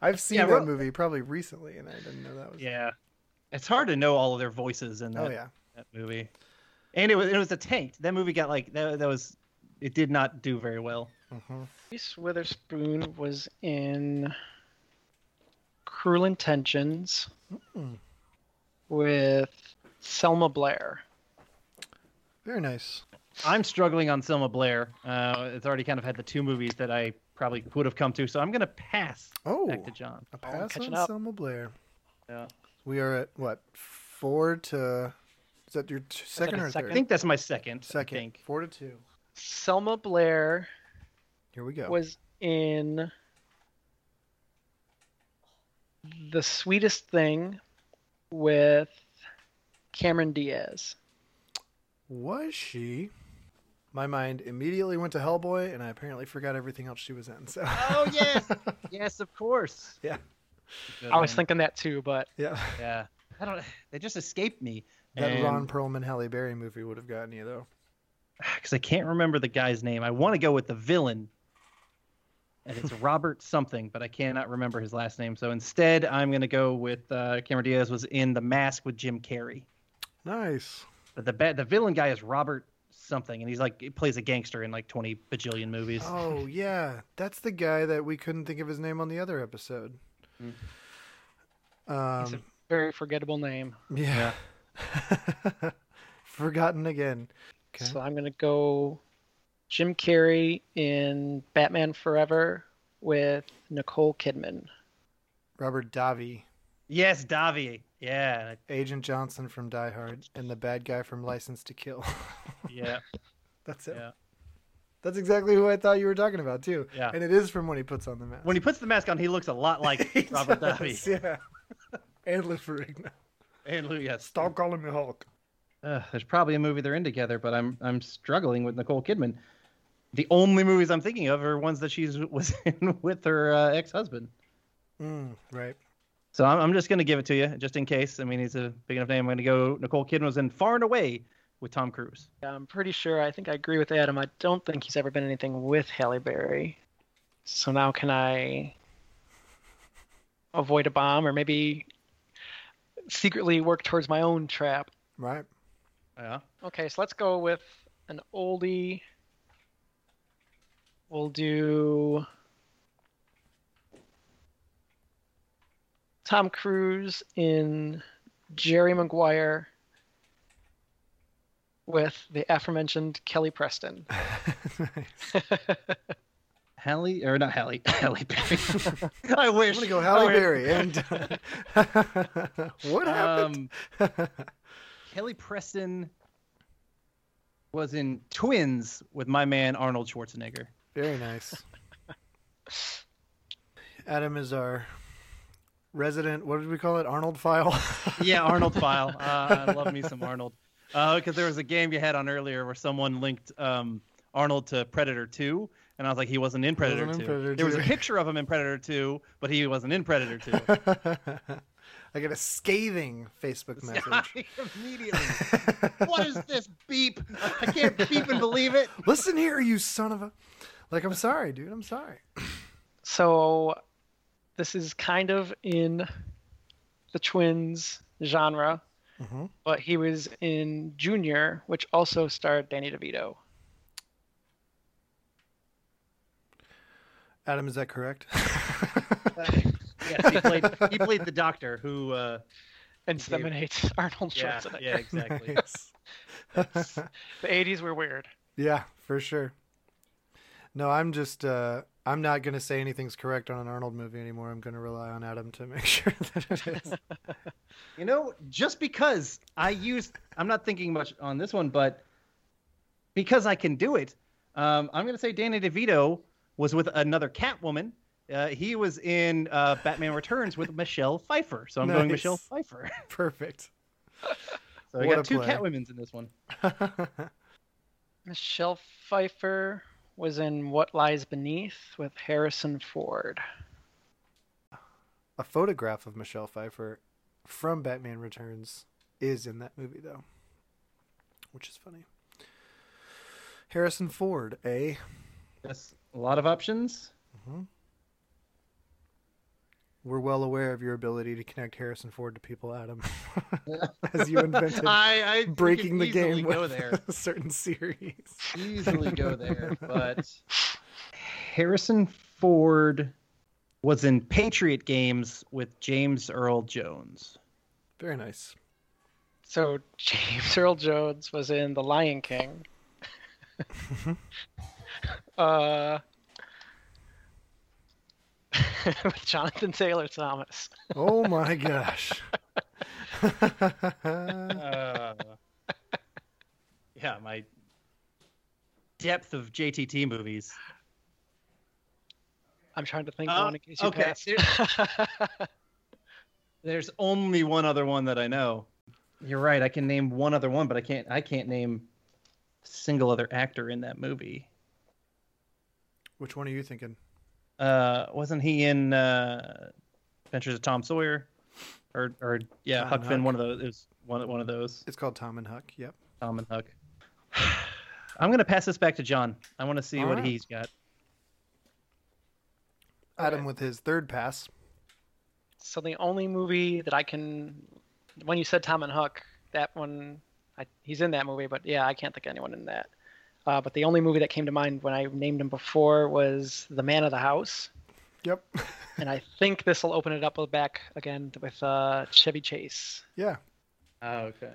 [SPEAKER 4] I've seen
[SPEAKER 5] Yeah,
[SPEAKER 4] that
[SPEAKER 5] Ro-
[SPEAKER 4] movie probably recently, and I didn't know that was.
[SPEAKER 5] yeah. It's hard to know all of their voices in that,
[SPEAKER 4] Oh yeah.
[SPEAKER 5] that movie. And it was it was a tank. That movie got like that, that was it did not do very well.
[SPEAKER 4] Mm-hmm.
[SPEAKER 6] Reese Witherspoon was in Cruel Intentions with Selma Blair.
[SPEAKER 4] Very nice.
[SPEAKER 5] I'm struggling on Selma Blair. Uh, it's already kind of had the two movies that I probably would have come to, so I'm gonna pass
[SPEAKER 4] Oh,
[SPEAKER 5] back to John.
[SPEAKER 4] a pass
[SPEAKER 6] catching
[SPEAKER 4] on
[SPEAKER 6] up.
[SPEAKER 4] Selma Blair.
[SPEAKER 5] Yeah.
[SPEAKER 4] We are at what four to? Is that your t- second
[SPEAKER 6] a
[SPEAKER 4] or
[SPEAKER 6] second?
[SPEAKER 5] I
[SPEAKER 4] third?
[SPEAKER 5] think that's my second.
[SPEAKER 4] Second.
[SPEAKER 5] I think.
[SPEAKER 4] Four to two.
[SPEAKER 6] Selma Blair
[SPEAKER 4] Here we go.
[SPEAKER 6] was in The Sweetest Thing with Cameron Diaz.
[SPEAKER 4] Was she? My mind immediately went to Hellboy, and I apparently forgot everything else she was in. So.
[SPEAKER 5] Oh yes, yes, of course.
[SPEAKER 4] Yeah.
[SPEAKER 5] Good
[SPEAKER 6] I was
[SPEAKER 5] one.
[SPEAKER 6] thinking that too, but
[SPEAKER 4] Yeah.
[SPEAKER 5] Yeah. I don't. They just escaped me.
[SPEAKER 4] That
[SPEAKER 5] And-
[SPEAKER 4] Ron Perlman Halle Berry movie would have gotten you though.
[SPEAKER 5] because I can't remember the guy's name. I want to go with the villain, and it's Robert something, but I cannot remember his last name. So instead, I'm going to go with uh, Cameron Diaz was in The Mask with Jim Carrey.
[SPEAKER 4] Nice.
[SPEAKER 5] But the ba- the villain guy is Robert something, and he's like he plays a gangster in like 20 bajillion movies.
[SPEAKER 4] Oh yeah, that's the guy that we couldn't think of his name on the other episode.
[SPEAKER 6] it's
[SPEAKER 4] Um,
[SPEAKER 6] a very forgettable name.
[SPEAKER 4] yeah. Forgotten again. Okay.
[SPEAKER 6] So I'm gonna go Jim Carrey in Batman Forever with Nicole Kidman.
[SPEAKER 4] Robert Davi,
[SPEAKER 5] Yes, Davi. Yeah,
[SPEAKER 4] Agent Johnson from Die Hard, and the bad guy from License to Kill.
[SPEAKER 5] yeah,
[SPEAKER 4] that's it.
[SPEAKER 5] Yeah.
[SPEAKER 4] That's exactly who I thought you were talking about too.
[SPEAKER 5] Yeah.
[SPEAKER 4] And it is from when he puts on the mask.
[SPEAKER 5] When he puts the mask on, he looks a lot like Robert Davi
[SPEAKER 4] Yeah. and Lou Ferrigno.
[SPEAKER 5] and Lou. Yes,
[SPEAKER 4] Stop calling me Hulk.
[SPEAKER 5] Ugh, there's probably a movie they're in together, but I'm I'm struggling with Nicole Kidman. The only movies I'm thinking of are ones that she's was in with her uh, ex-husband.
[SPEAKER 4] Mm, right.
[SPEAKER 5] So I'm, I'm just gonna give it to you, just in case. I mean, he's a big enough name. I'm gonna go. Nicole Kidman was in Far and Away with Tom Cruise.
[SPEAKER 6] Yeah, I'm pretty sure. I think I agree with Adam. I don't think he's ever been anything with Halle Berry. So now can I avoid a bomb, or maybe secretly work towards my own trap?
[SPEAKER 4] Right.
[SPEAKER 5] Yeah.
[SPEAKER 6] Okay, so let's go with an oldie. We'll do Tom Cruise in Jerry Maguire with the aforementioned Kelly Preston.
[SPEAKER 5] Halle or not Halle? Halle Berry. I wish.
[SPEAKER 4] I'm gonna go Halle
[SPEAKER 5] I wish.
[SPEAKER 4] Berry and what happened?
[SPEAKER 5] Um, Kelly Preston was in Twins with my man Arnold Schwarzenegger.
[SPEAKER 4] Very nice. Adam is our resident. What did we call it? Arnold file.
[SPEAKER 5] yeah, Arnold file. Uh, I love me some Arnold. Because there was a game you had on earlier where someone linked um, Arnold to Predator 2, and I was like, he wasn't in Predator
[SPEAKER 4] wasn't in
[SPEAKER 5] 2.
[SPEAKER 4] Predator
[SPEAKER 5] there was a
[SPEAKER 4] 2.
[SPEAKER 5] picture of him in Predator 2, but he wasn't in Predator 2.
[SPEAKER 4] I got a scathing Facebook message.
[SPEAKER 5] Immediately. what is this beep? I can't beep and believe it.
[SPEAKER 4] Listen here, you son of a. Like, I'm sorry, dude. I'm sorry.
[SPEAKER 6] So this is kind of in the twins genre,
[SPEAKER 4] Mhm.
[SPEAKER 6] but he was in Junior, which also starred Danny DeVito.
[SPEAKER 4] Adam, is that correct?
[SPEAKER 5] Yes, he played, he played the doctor who. Uh,
[SPEAKER 6] Inseminates Arnold
[SPEAKER 5] yeah,
[SPEAKER 6] Schwarzenegger.
[SPEAKER 5] yeah, exactly.
[SPEAKER 4] Yes.
[SPEAKER 6] The 80s were weird.
[SPEAKER 4] Yeah, for sure. No, I'm just uh I'm not gonna say anything's correct on an Arnold movie anymore. I'm gonna rely on Adam to make sure that it is.
[SPEAKER 5] You know, just because I used, I'm not thinking much on this one, but because I can do it, um, I'm going to say Danny DeVito was with another Catwoman. Uh, he was in uh, Batman Returns with Michelle Pfeiffer. So I'm going
[SPEAKER 4] Nice.
[SPEAKER 5] Michelle Pfeiffer.
[SPEAKER 4] Perfect.
[SPEAKER 5] So I
[SPEAKER 4] What a
[SPEAKER 5] got two
[SPEAKER 4] play.
[SPEAKER 5] Catwomen's in this one.
[SPEAKER 6] Michelle Pfeiffer was in What Lies Beneath with Harrison Ford.
[SPEAKER 4] A photograph of Michelle Pfeiffer from Batman Returns is in that movie though. Which is funny. Harrison Ford, eh?
[SPEAKER 5] Yes, a lot of options.
[SPEAKER 4] We're well aware of your ability to connect Harrison Ford to people, Adam. As you invented
[SPEAKER 5] I, I
[SPEAKER 4] breaking the game
[SPEAKER 5] Go
[SPEAKER 4] with
[SPEAKER 5] there.
[SPEAKER 4] a certain series.
[SPEAKER 5] easily go there, but Harrison Ford was in Patriot Games with James Earl Jones.
[SPEAKER 4] Very nice.
[SPEAKER 6] So James Earl Jones was in The Lion King. uh, with Jonathan Taylor Thomas.
[SPEAKER 4] Oh my gosh.
[SPEAKER 5] Uh, yeah, my depth of JTT movies.
[SPEAKER 6] I'm trying to think of
[SPEAKER 5] Uh,
[SPEAKER 6] one in case you
[SPEAKER 5] okay,
[SPEAKER 6] pass.
[SPEAKER 5] There's only one other one that I know. You're right. I can name one other one, but I can't. I can't name a single other actor in that movie.
[SPEAKER 4] Which one are you thinking?
[SPEAKER 5] Uh, wasn't he in uh, Adventures of Tom Sawyer, or or yeah,
[SPEAKER 4] Tom
[SPEAKER 5] Huck
[SPEAKER 4] and
[SPEAKER 5] Finn.
[SPEAKER 4] Huck.
[SPEAKER 5] One of those. It was one one of those.
[SPEAKER 4] It's called Tom and Huck. Yep.
[SPEAKER 5] Tom and Huck. I'm gonna pass this back to John. I want to see
[SPEAKER 4] All
[SPEAKER 5] what
[SPEAKER 4] right.
[SPEAKER 5] he's got.
[SPEAKER 4] Adam with his third pass.
[SPEAKER 6] So the only movie that I can, when you said Tom and Huck, that one, I, he's in that movie, but yeah, I can't think of anyone in that. Uh, but the only movie that came to mind when I named him before was The Man of the House,
[SPEAKER 4] Yep.
[SPEAKER 6] and I think this will open it up with- back again with uh, Chevy Chase.
[SPEAKER 4] yeah. Ah,
[SPEAKER 5] Oh, okay.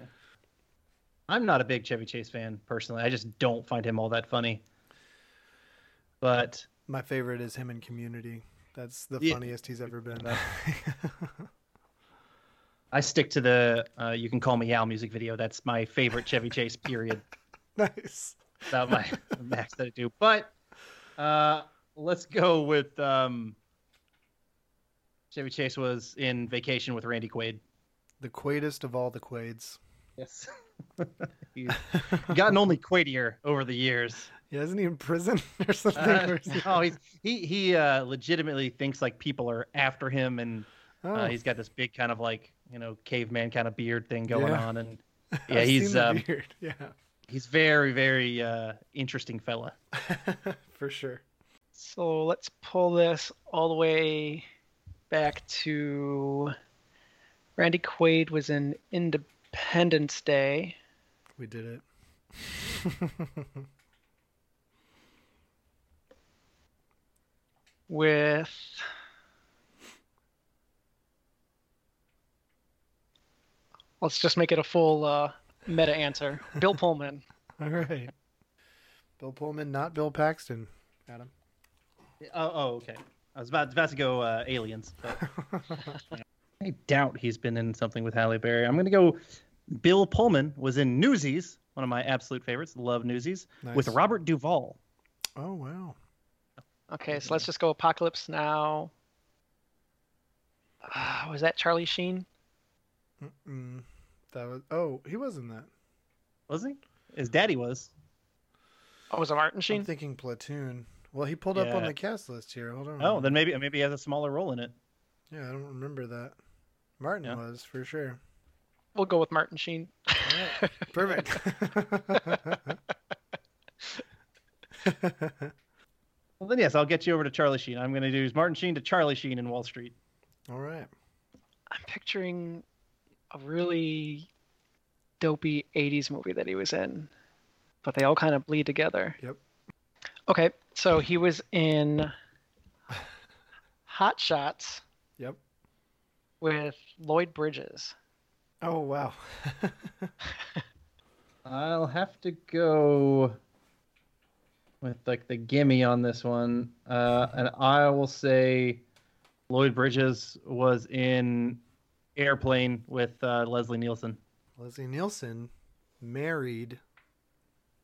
[SPEAKER 5] I'm not a big Chevy Chase fan personally. I just don't find him all that funny. But
[SPEAKER 4] My favorite is him in Community. That's the
[SPEAKER 5] Yeah.
[SPEAKER 4] funniest he's ever been.
[SPEAKER 5] I stick to the uh, "You Can Call Me Al" music video. That's my favorite Chevy Chase. Period.
[SPEAKER 4] nice.
[SPEAKER 5] About my max that I do. But uh, let's go with um, Chevy Chase was in Vacation with Randy Quaid.
[SPEAKER 4] The quaidest of all the quaids.
[SPEAKER 5] Yes. He's gotten only Quaidier over the years.
[SPEAKER 4] Yeah, isn't he in prison or something?
[SPEAKER 5] Uh,
[SPEAKER 4] Where is he?
[SPEAKER 5] oh, he's, he he uh, legitimately thinks like people are after him, and
[SPEAKER 4] Oh,
[SPEAKER 5] uh, he's got this big kind of like you know caveman kind of beard thing going
[SPEAKER 4] Yeah.
[SPEAKER 5] on, and
[SPEAKER 4] I've
[SPEAKER 5] yeah, he's
[SPEAKER 4] seen the
[SPEAKER 5] um,
[SPEAKER 4] beard. Yeah,
[SPEAKER 5] he's very very uh, interesting fella.
[SPEAKER 4] for sure.
[SPEAKER 6] So let's pull this all the way back to Randy Quaid was in Independence Day.
[SPEAKER 4] We did it.
[SPEAKER 6] with let's just make it a full uh, meta answer bill pullman
[SPEAKER 4] All right. Bill Pullman, not Bill Paxton. Adam.
[SPEAKER 5] Oh, oh okay. I was about, about to go uh, aliens. But... I doubt he's been in something with Halle Berry. I'm gonna go. Bill Pullman was in Newsies, one of my absolute favorites. Love Newsies with
[SPEAKER 4] Nice.
[SPEAKER 5] Robert Duvall.
[SPEAKER 4] Oh wow.
[SPEAKER 6] okay so let's just go apocalypse now uh, was that charlie sheen
[SPEAKER 4] Mm-mm. That was. Oh, he was in that.
[SPEAKER 5] Was he? His daddy was.
[SPEAKER 6] oh was it martin
[SPEAKER 4] I'm
[SPEAKER 6] sheen
[SPEAKER 4] thinking Platoon. Well, he pulled up on
[SPEAKER 5] Yeah.
[SPEAKER 4] the cast list here. Hold on.
[SPEAKER 5] Oh, then maybe maybe he has a smaller role in it.
[SPEAKER 4] Yeah, I don't remember that. Martin
[SPEAKER 5] Yeah.
[SPEAKER 4] was for sure.
[SPEAKER 6] we'll go with martin sheen
[SPEAKER 4] Perfect.
[SPEAKER 5] Well, then yes, I'll get you over to Charlie Sheen. I'm going to do Martin Sheen to Charlie Sheen in Wall Street.
[SPEAKER 4] All right.
[SPEAKER 6] i'm picturing a really dopey 80s movie that he was in but they all kind of bleed together
[SPEAKER 4] Yep.
[SPEAKER 6] okay so he was in hot shots
[SPEAKER 4] Yep.
[SPEAKER 6] with Lloyd Bridges.
[SPEAKER 4] Oh wow.
[SPEAKER 5] I'll have to go with like the gimme on this one, uh, and I will say Lloyd Bridges was in Airplane with uh, Leslie Nielsen.
[SPEAKER 4] Leslie Nielsen married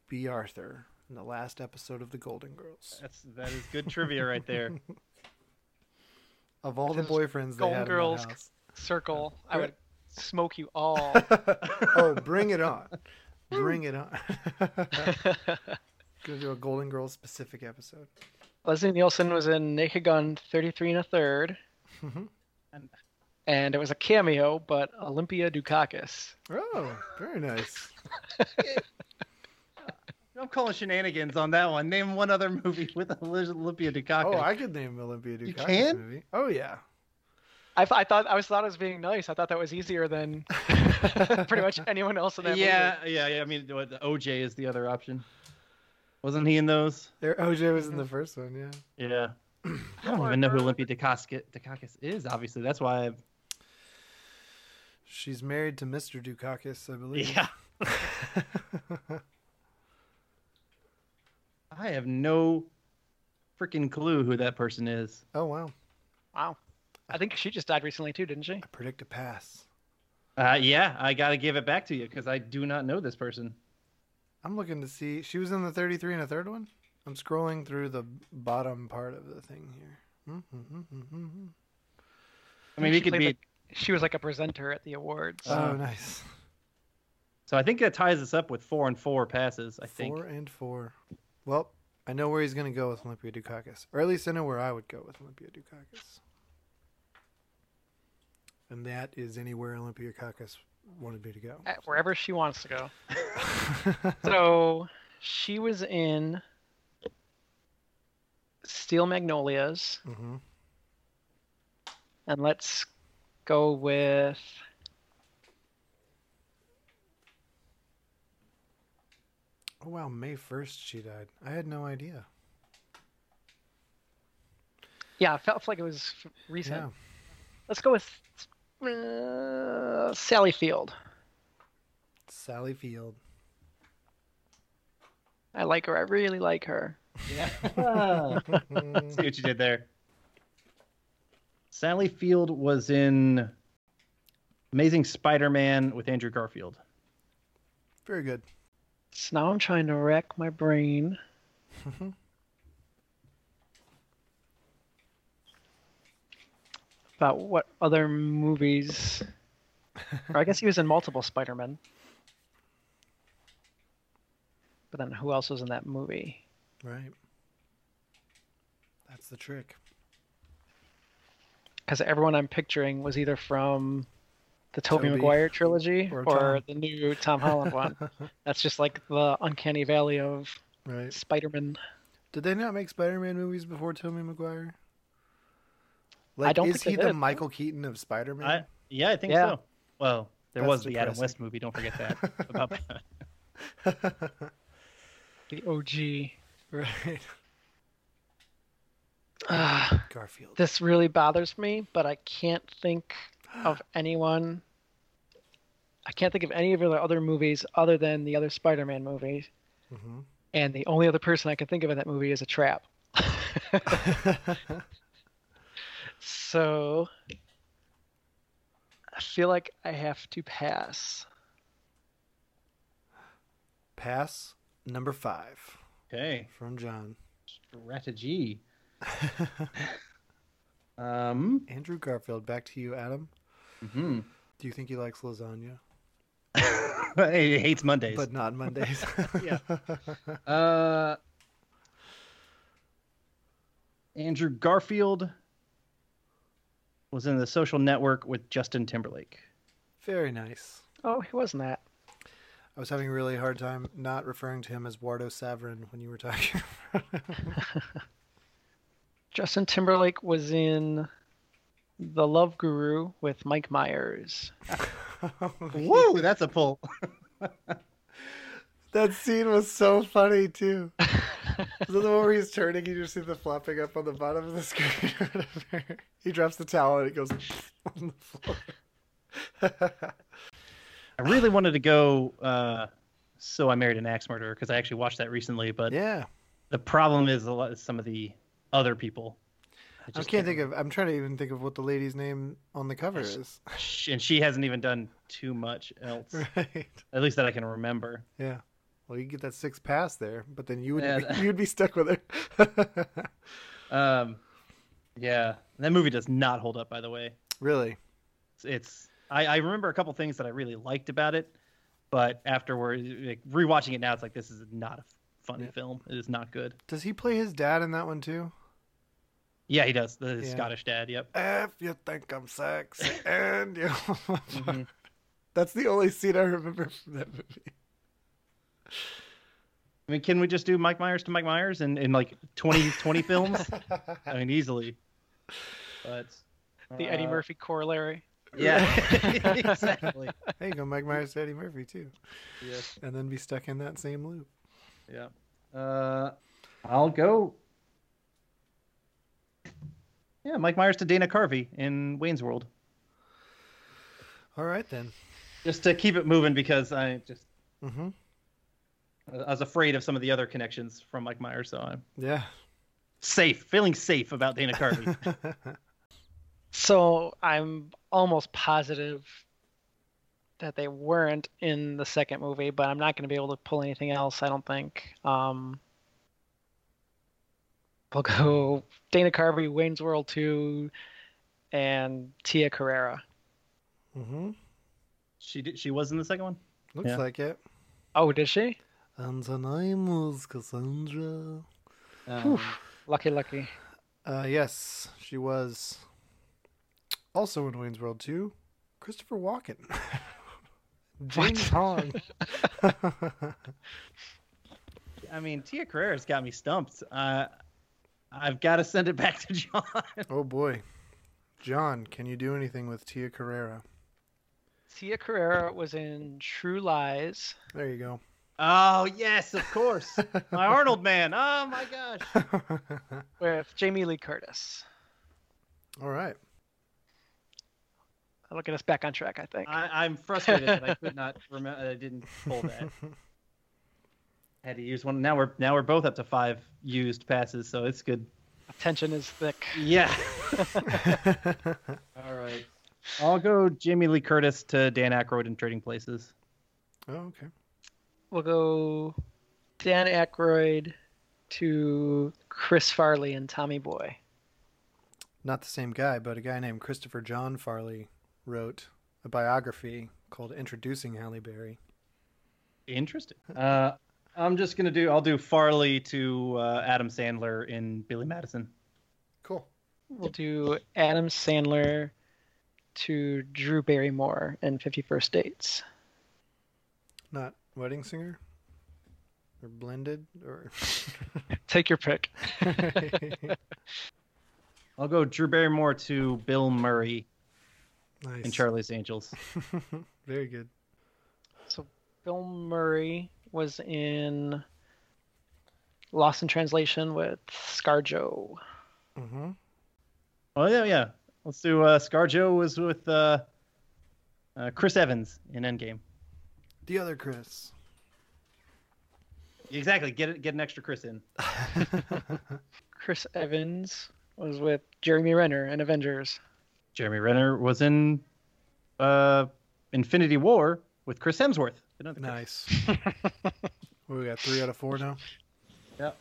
[SPEAKER 4] B. Arthur in the last episode of The Golden Girls.
[SPEAKER 5] That's that is good trivia right there.
[SPEAKER 4] Of all the
[SPEAKER 6] Just
[SPEAKER 4] boyfriends they
[SPEAKER 6] Golden
[SPEAKER 4] had
[SPEAKER 6] Girls.
[SPEAKER 4] in that house.
[SPEAKER 6] Circle. I
[SPEAKER 4] Yeah.
[SPEAKER 6] would smoke you all.
[SPEAKER 4] Oh, bring it on. bring it on. Gonna do a Golden Girls specific episode.
[SPEAKER 6] Leslie Nielsen was in Naked Gun 33 and a third.
[SPEAKER 5] Mm-hmm.
[SPEAKER 4] Mhm.
[SPEAKER 5] And-
[SPEAKER 6] And it was a cameo, but Olympia Dukakis.
[SPEAKER 4] Oh, very nice.
[SPEAKER 5] I'm calling shenanigans on that one. Name one other movie with Olympia Dukakis.
[SPEAKER 4] Oh, I could name Olympia Dukakis
[SPEAKER 5] can?
[SPEAKER 4] movie. Oh yeah.
[SPEAKER 6] I, th- I thought I was thought I was being nice. I thought that was easier than pretty much anyone else in that
[SPEAKER 5] yeah, yeah, yeah. I mean, what, the OJ is the other option. Wasn't he in those?
[SPEAKER 4] There OJ was in the first one, yeah.
[SPEAKER 5] Yeah. I don't even know who Olympia Dukakis, Dukakis is. Obviously, that's why. i
[SPEAKER 4] She's married to Mr. Dukakis, I believe.
[SPEAKER 5] yeah. I have no freaking clue who that person is.
[SPEAKER 4] Oh wow.
[SPEAKER 6] movie. Wow. I think she just died recently too, didn't she?
[SPEAKER 4] I predict a pass.
[SPEAKER 5] Uh, yeah, I gotta give it back to you because I do not know this person.
[SPEAKER 4] I'm looking to see. She was in the 33 and a third one. I'm scrolling through the bottom part of the thing here. Mm-hmm.
[SPEAKER 5] I mean, he
[SPEAKER 6] She
[SPEAKER 5] could
[SPEAKER 6] played
[SPEAKER 5] be. Uh.
[SPEAKER 6] the- she was like a presenter at the awards.
[SPEAKER 4] Oh, nice.
[SPEAKER 5] So I think that ties us up with four and four passes. I think.
[SPEAKER 4] Four and four. Well, I know where he's going to go with Olympia Dukakis, or at least I know where I would go with Olympia Dukakis. and that is anywhere Olympia Caucus wanted me to go.
[SPEAKER 6] At wherever she wants to go. so she was in Steel Magnolias,
[SPEAKER 4] hmm
[SPEAKER 6] and let's go with.
[SPEAKER 4] Oh wow, May first she died. I had no idea.
[SPEAKER 6] Yeah, it felt like it was f- recent.
[SPEAKER 4] Yeah,
[SPEAKER 6] Let's go with uh, Sally Field.
[SPEAKER 4] Sally Field.
[SPEAKER 6] I like her. I really like her.
[SPEAKER 5] Yeah. See what you did there. Sally Field was in Amazing Spider-Man with Andrew Garfield.
[SPEAKER 4] Very good.
[SPEAKER 6] So now I'm trying to rack my brain. about what other movies. or I guess he was in multiple Spider Men. But then who else was in that movie?
[SPEAKER 4] Right. That's the trick.
[SPEAKER 6] Because everyone I'm picturing was either from the Tobey
[SPEAKER 4] Tobey
[SPEAKER 6] Maguire trilogy
[SPEAKER 4] or
[SPEAKER 6] or,
[SPEAKER 4] Tom.
[SPEAKER 6] the new Tom Holland one. That's just like the uncanny valley of
[SPEAKER 4] Right.
[SPEAKER 6] Spider Man.
[SPEAKER 4] Did they not make Spider-Man movies before Tobey Maguire?
[SPEAKER 6] I don't
[SPEAKER 4] is
[SPEAKER 6] think they
[SPEAKER 4] he the
[SPEAKER 6] did.
[SPEAKER 4] Michael Keaton of Spider-Man?
[SPEAKER 5] I, yeah, I think
[SPEAKER 6] Yeah.
[SPEAKER 5] so. Well, there
[SPEAKER 4] That's
[SPEAKER 5] was the Adam
[SPEAKER 4] depressing.
[SPEAKER 5] West movie. Don't forget that. About that.
[SPEAKER 6] The OG.
[SPEAKER 4] Right.
[SPEAKER 6] Ah.
[SPEAKER 4] Garfield.
[SPEAKER 6] this really bothers me, but I can't think of anyone. I can't think of any of the other movies other than the other Spider-Man movies.
[SPEAKER 4] Mhm.
[SPEAKER 6] And the only other person I can think of in that movie is a trap. so I feel like I have to pass.
[SPEAKER 4] Pass number five
[SPEAKER 5] okay,
[SPEAKER 4] from John.
[SPEAKER 5] strategy. um,
[SPEAKER 4] Andrew Garfield, back to you, Adam.
[SPEAKER 5] mhm.
[SPEAKER 4] Do you think he likes lasagna?
[SPEAKER 5] he hates Mondays.
[SPEAKER 4] But not Mondays.
[SPEAKER 5] Yeah. Uh, Andrew Garfield was in the social network with Justin Timberlake.
[SPEAKER 4] Very nice.
[SPEAKER 6] Oh, he wasn't that.
[SPEAKER 4] I was having a really hard time not referring to him as Wardo Saverin when you were talking.
[SPEAKER 6] Justin Timberlake was in The Love Guru with Mike Myers.
[SPEAKER 5] Woo, that's a pull.
[SPEAKER 4] that scene was so funny too. Is that the one where he's turning? You just see the flopping up on the bottom of the screen. or whatever? he drops the towel and it goes on the floor.
[SPEAKER 5] I really wanted to go. Uh, so I married an axe murderer because I actually watched that recently. But
[SPEAKER 4] yeah,
[SPEAKER 5] the problem is a lot some of the other people.
[SPEAKER 4] I can't think of. I'm trying to even think of what the lady's name on the cover is.
[SPEAKER 5] of, and she hasn't even done too much else,
[SPEAKER 4] right.
[SPEAKER 5] at least that I can remember.
[SPEAKER 4] Yeah. Well, you get that six pass there, but then you would
[SPEAKER 5] Yeah,
[SPEAKER 4] be-
[SPEAKER 5] that-
[SPEAKER 4] you'd be stuck with her.
[SPEAKER 5] Um, yeah, that movie does not hold up, by the way.
[SPEAKER 4] really?
[SPEAKER 5] it's, it's I, I remember a couple things that I really liked about it, but afterwards, like, rewatching it now, it's like this is not a funny
[SPEAKER 4] Yeah.
[SPEAKER 5] film. It is not good.
[SPEAKER 4] Does he play his dad in that one too?
[SPEAKER 5] Yeah, he does the
[SPEAKER 4] Yeah.
[SPEAKER 5] Scottish dad. Yep.
[SPEAKER 4] If you think I'm sexy and you, Mm-hmm. that's the only scene I remember from that movie.
[SPEAKER 5] I mean, can we just do Mike Myers to Mike Myers in, in like 20, 20 films? I mean, easily. But
[SPEAKER 6] The Eddie
[SPEAKER 5] uh,
[SPEAKER 6] Murphy corollary.
[SPEAKER 5] Yeah, exactly.
[SPEAKER 4] There you go, Mike Myers, Eddie Murphy too,
[SPEAKER 5] Yes.
[SPEAKER 4] and then be stuck in that same loop.
[SPEAKER 5] Yeah. Uh, I'll go. Yeah, Mike Myers to Dana Carvey in Wayne's World.
[SPEAKER 4] All right then.
[SPEAKER 5] Just to keep it moving because I just
[SPEAKER 4] Mm-hmm.
[SPEAKER 5] I was afraid of some of the other connections from Mike Myers, so I'm
[SPEAKER 4] Yeah.
[SPEAKER 5] safe, feeling safe about Dana Carvey.
[SPEAKER 4] Mm-hmm.
[SPEAKER 6] So I'm almost positive that they weren't in the second movie, but I'm not going to be able to pull anything else. I don't think. Um, we'll go Dana Carvey, Wayne's World 2, and Tia Carrera.
[SPEAKER 4] Mm-hmm.
[SPEAKER 5] she did, she was in the second one.
[SPEAKER 4] Looks
[SPEAKER 5] Yeah.
[SPEAKER 4] like it.
[SPEAKER 6] Oh, did she?
[SPEAKER 4] And her name was Cassandra.
[SPEAKER 5] Um,
[SPEAKER 6] Lucky, lucky.
[SPEAKER 4] Uh, yes, she was. Also in Wayne's World 2, Christopher Walken. James Hong.
[SPEAKER 5] I mean, Tia Carrera's got me stumped. Uh, I've got to send it back to John.
[SPEAKER 4] oh boy. John, can you do anything with Tia Carrera?
[SPEAKER 6] Tia Carrera was in True Lies.
[SPEAKER 4] There you go.
[SPEAKER 5] oh yes, of course, my Arnold man. Oh my gosh.
[SPEAKER 6] with Jamie Lee Curtis.
[SPEAKER 4] All right.
[SPEAKER 6] That'll get us back on track, I think.
[SPEAKER 5] I, I'm frustrated that I could not remember. I didn't pull that. I had to use one. Now we're now we're both up to five used passes, so it's good.
[SPEAKER 6] Tension is thick.
[SPEAKER 5] Yeah. All right. I'll go Jamie Lee Curtis to Dan Aykroyd in Trading Places.
[SPEAKER 4] Oh, okay.
[SPEAKER 6] We'll go Dan Aykroyd to Chris Farley and Tommy Boy.
[SPEAKER 4] Not the same guy, but a guy named Christopher John Farley wrote a biography called Introducing Halle Berry.
[SPEAKER 5] Interesting. Uh, I'm just gonna do. I'll do Farley to uh, Adam Sandler in Billy Madison.
[SPEAKER 4] Cool.
[SPEAKER 6] We'll do Adam Sandler to Drew Barrymore in 51st Dates.
[SPEAKER 4] Not Wedding Singer? Or Blended? Or.
[SPEAKER 6] Take your pick.
[SPEAKER 5] I'll go Drew Barrymore to Bill Murray
[SPEAKER 4] nice.
[SPEAKER 5] in Charlie's Angels.
[SPEAKER 4] Very good.
[SPEAKER 6] Bill Murray was in Lost in Translation with ScarJo.
[SPEAKER 4] Mm-hmm.
[SPEAKER 5] Oh yeah, yeah. Let's do. Uh, ScarJo was with uh, uh, Chris Evans in Endgame.
[SPEAKER 4] The other Chris.
[SPEAKER 5] Exactly. Get it. Get an extra Chris in.
[SPEAKER 6] Chris Evans was with Jeremy Renner in Avengers.
[SPEAKER 5] Jeremy Renner was in uh, Infinity War with Chris Hemsworth. Another Chris.
[SPEAKER 4] Nice. What, we got three out of four now?
[SPEAKER 5] Yep.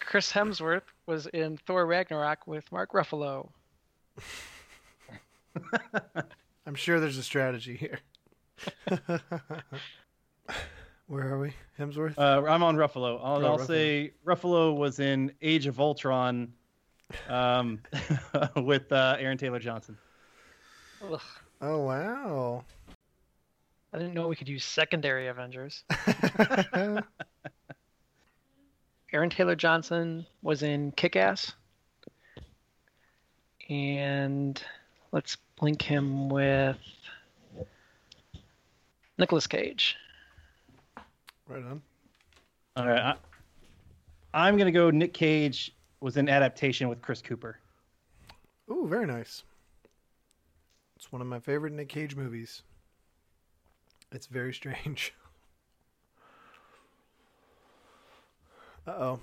[SPEAKER 6] Chris Hemsworth was in Thor Ragnarok with Mark Ruffalo.
[SPEAKER 4] I'm sure there's a strategy here. Where are we? Hemsworth?
[SPEAKER 5] Uh, I'm on Ruffalo. I'll,
[SPEAKER 4] Oh,
[SPEAKER 5] I'll
[SPEAKER 4] Ruffalo.
[SPEAKER 5] say Ruffalo was in Age of Ultron um, with uh, Aaron Taylor Johnson.
[SPEAKER 6] Ugh,
[SPEAKER 4] oh, wow.
[SPEAKER 6] I didn't know we could use secondary Avengers. Aaron Taylor Johnson was in Kick Ass. And let's link him with Nicolas Cage.
[SPEAKER 4] right on.
[SPEAKER 5] All right. I, I'm going to go Nick Cage was in adaptation with Chris Cooper.
[SPEAKER 4] Ooh, very nice. It's one of my favorite Nick Cage movies. It's very strange. Uh oh.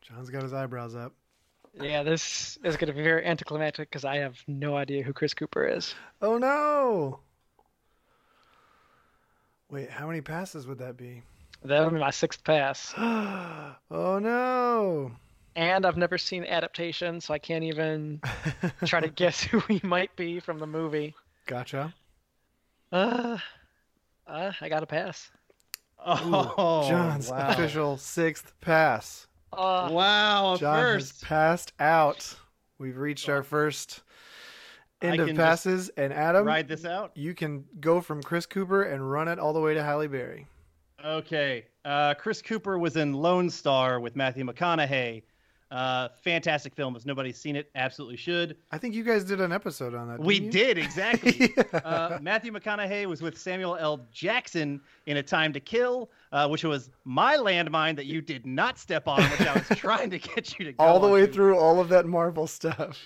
[SPEAKER 4] John's got his eyebrows up.
[SPEAKER 6] Yeah, this is going to be very anticlimactic because I have no idea who Chris Cooper is.
[SPEAKER 4] Oh no! Wait, how many passes would that be?
[SPEAKER 6] That'll be my sixth pass.
[SPEAKER 4] oh no!
[SPEAKER 6] And I've never seen adaptation, so I can't even try to guess who he might be from the movie.
[SPEAKER 4] Gotcha.
[SPEAKER 6] Uh, uh, I got to pass.
[SPEAKER 5] Oh,
[SPEAKER 4] John's
[SPEAKER 5] wow.
[SPEAKER 4] official sixth pass.
[SPEAKER 6] Uh,
[SPEAKER 5] Wow, a
[SPEAKER 4] John
[SPEAKER 5] first.
[SPEAKER 4] has
[SPEAKER 5] Oh.
[SPEAKER 4] passed out. We've reached our first end
[SPEAKER 5] I
[SPEAKER 4] of
[SPEAKER 5] can just
[SPEAKER 4] passes, and Adam,
[SPEAKER 5] Ride this out.
[SPEAKER 4] you can go from Chris Cooper and run it all the way to Halle Berry.
[SPEAKER 5] Okay. Uh, Chris Cooper was in Lone Star with Matthew McConaughey. Uh, fantastic film. If nobody's seen it, absolutely should.
[SPEAKER 4] I think you guys did an episode on that.
[SPEAKER 5] We
[SPEAKER 4] didn't you?
[SPEAKER 5] did, exactly. uh, Matthew McConaughey was with Samuel L. Jackson in A Time to Kill, uh, which was my landmine that you did not step on, which I was trying to get you to go
[SPEAKER 4] all the way
[SPEAKER 5] onto.
[SPEAKER 4] through all of that Marvel stuff.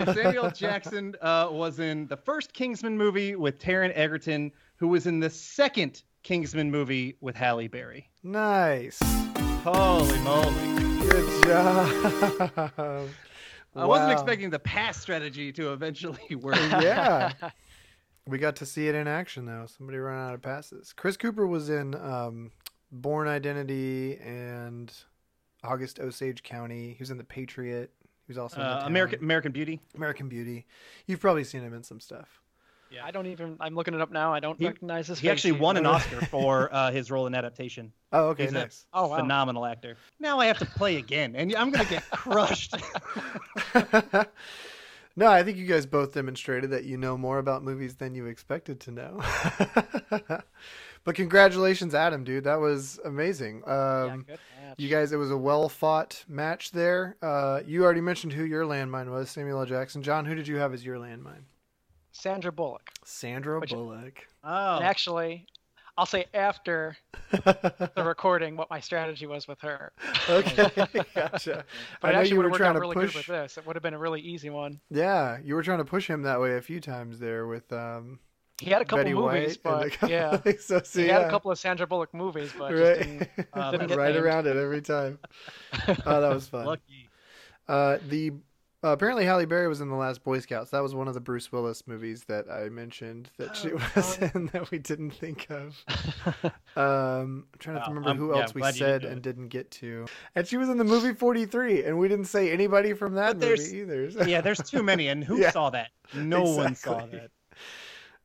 [SPEAKER 5] And Samuel L. Jackson uh, was in the first Kingsman movie with Taron Egerton, who was in the second Kingsman movie with Halle Berry.
[SPEAKER 4] Nice.
[SPEAKER 5] Holy moly.
[SPEAKER 4] Good job.
[SPEAKER 5] I wasn't
[SPEAKER 4] Wow.
[SPEAKER 5] expecting the pass strategy to eventually work.
[SPEAKER 4] yeah. We got to see it in action though. Somebody ran out of passes. Chris Cooper was in um, Born Identity and August Osage County. He was in The Patriot. He was also in The
[SPEAKER 5] Uh,
[SPEAKER 4] Town,
[SPEAKER 5] American American Beauty.
[SPEAKER 4] American Beauty. You've probably seen him in some stuff.
[SPEAKER 6] I don't even. I'm looking it up now. I don't
[SPEAKER 5] He-
[SPEAKER 6] recognize this.
[SPEAKER 5] He
[SPEAKER 6] face
[SPEAKER 5] actually
[SPEAKER 6] either.
[SPEAKER 5] won an Oscar for uh, his role in adaptation.
[SPEAKER 4] Oh, okay,
[SPEAKER 5] He's a-
[SPEAKER 4] nice.
[SPEAKER 6] Oh wow.
[SPEAKER 5] Phenomenal actor. Now I have to play again, and I'm gonna get crushed.
[SPEAKER 4] No, I think you guys both demonstrated that you know more about movies than you expected to know. but congratulations, Adam, dude. That was amazing. Um,
[SPEAKER 6] yeah, good match.
[SPEAKER 4] you guys, it was a well fought match there. Uh, you already mentioned who your landmine was, Samuel L. Jackson. John, who did you have as your landmine?
[SPEAKER 6] Sandra Bullock.
[SPEAKER 4] Sandra
[SPEAKER 6] Which-
[SPEAKER 4] Bullock.
[SPEAKER 5] Oh,
[SPEAKER 6] And actually, I'll say after the recording what my strategy was with her.
[SPEAKER 4] okay, gotcha.
[SPEAKER 6] But
[SPEAKER 4] I
[SPEAKER 6] it
[SPEAKER 4] know
[SPEAKER 6] actually
[SPEAKER 4] you
[SPEAKER 6] would
[SPEAKER 4] were
[SPEAKER 6] have worked
[SPEAKER 4] trying
[SPEAKER 6] out
[SPEAKER 4] to
[SPEAKER 6] really
[SPEAKER 4] push.
[SPEAKER 6] good with this. It would have been a really easy one.
[SPEAKER 4] Yeah, you were trying to push him that way a few times there with um,
[SPEAKER 6] He had a couple
[SPEAKER 4] Betty
[SPEAKER 6] movies,
[SPEAKER 4] White. and a
[SPEAKER 6] but
[SPEAKER 4] couple-
[SPEAKER 6] yeah.
[SPEAKER 4] so, so
[SPEAKER 6] He
[SPEAKER 4] yeah.
[SPEAKER 6] had a couple of Sandra Bullock movies, but just
[SPEAKER 4] right,
[SPEAKER 6] didn't,
[SPEAKER 5] uh,
[SPEAKER 6] didn't get
[SPEAKER 4] right
[SPEAKER 6] named.
[SPEAKER 4] around it every time. Oh, that was fun.
[SPEAKER 5] lucky.
[SPEAKER 4] Uh, the uh, apparently Halle Berry was in the last Boy Scouts. That was one of the Bruce Willis movies that I mentioned that she
[SPEAKER 5] Oh,
[SPEAKER 4] was in that we didn't think of. um, I'm trying to
[SPEAKER 5] Wow,
[SPEAKER 4] remember
[SPEAKER 5] I'm-
[SPEAKER 4] who
[SPEAKER 5] yeah,
[SPEAKER 4] else we
[SPEAKER 5] glad you didn't
[SPEAKER 4] said
[SPEAKER 5] do
[SPEAKER 4] and
[SPEAKER 5] it.
[SPEAKER 4] didn't get to. And she was in the movie 43, and we didn't say anybody from that
[SPEAKER 5] But there's-
[SPEAKER 4] movie either. so-
[SPEAKER 5] Yeah, there's too many, and who
[SPEAKER 4] Yeah,
[SPEAKER 5] saw that? No one saw
[SPEAKER 4] exactly.
[SPEAKER 5] that.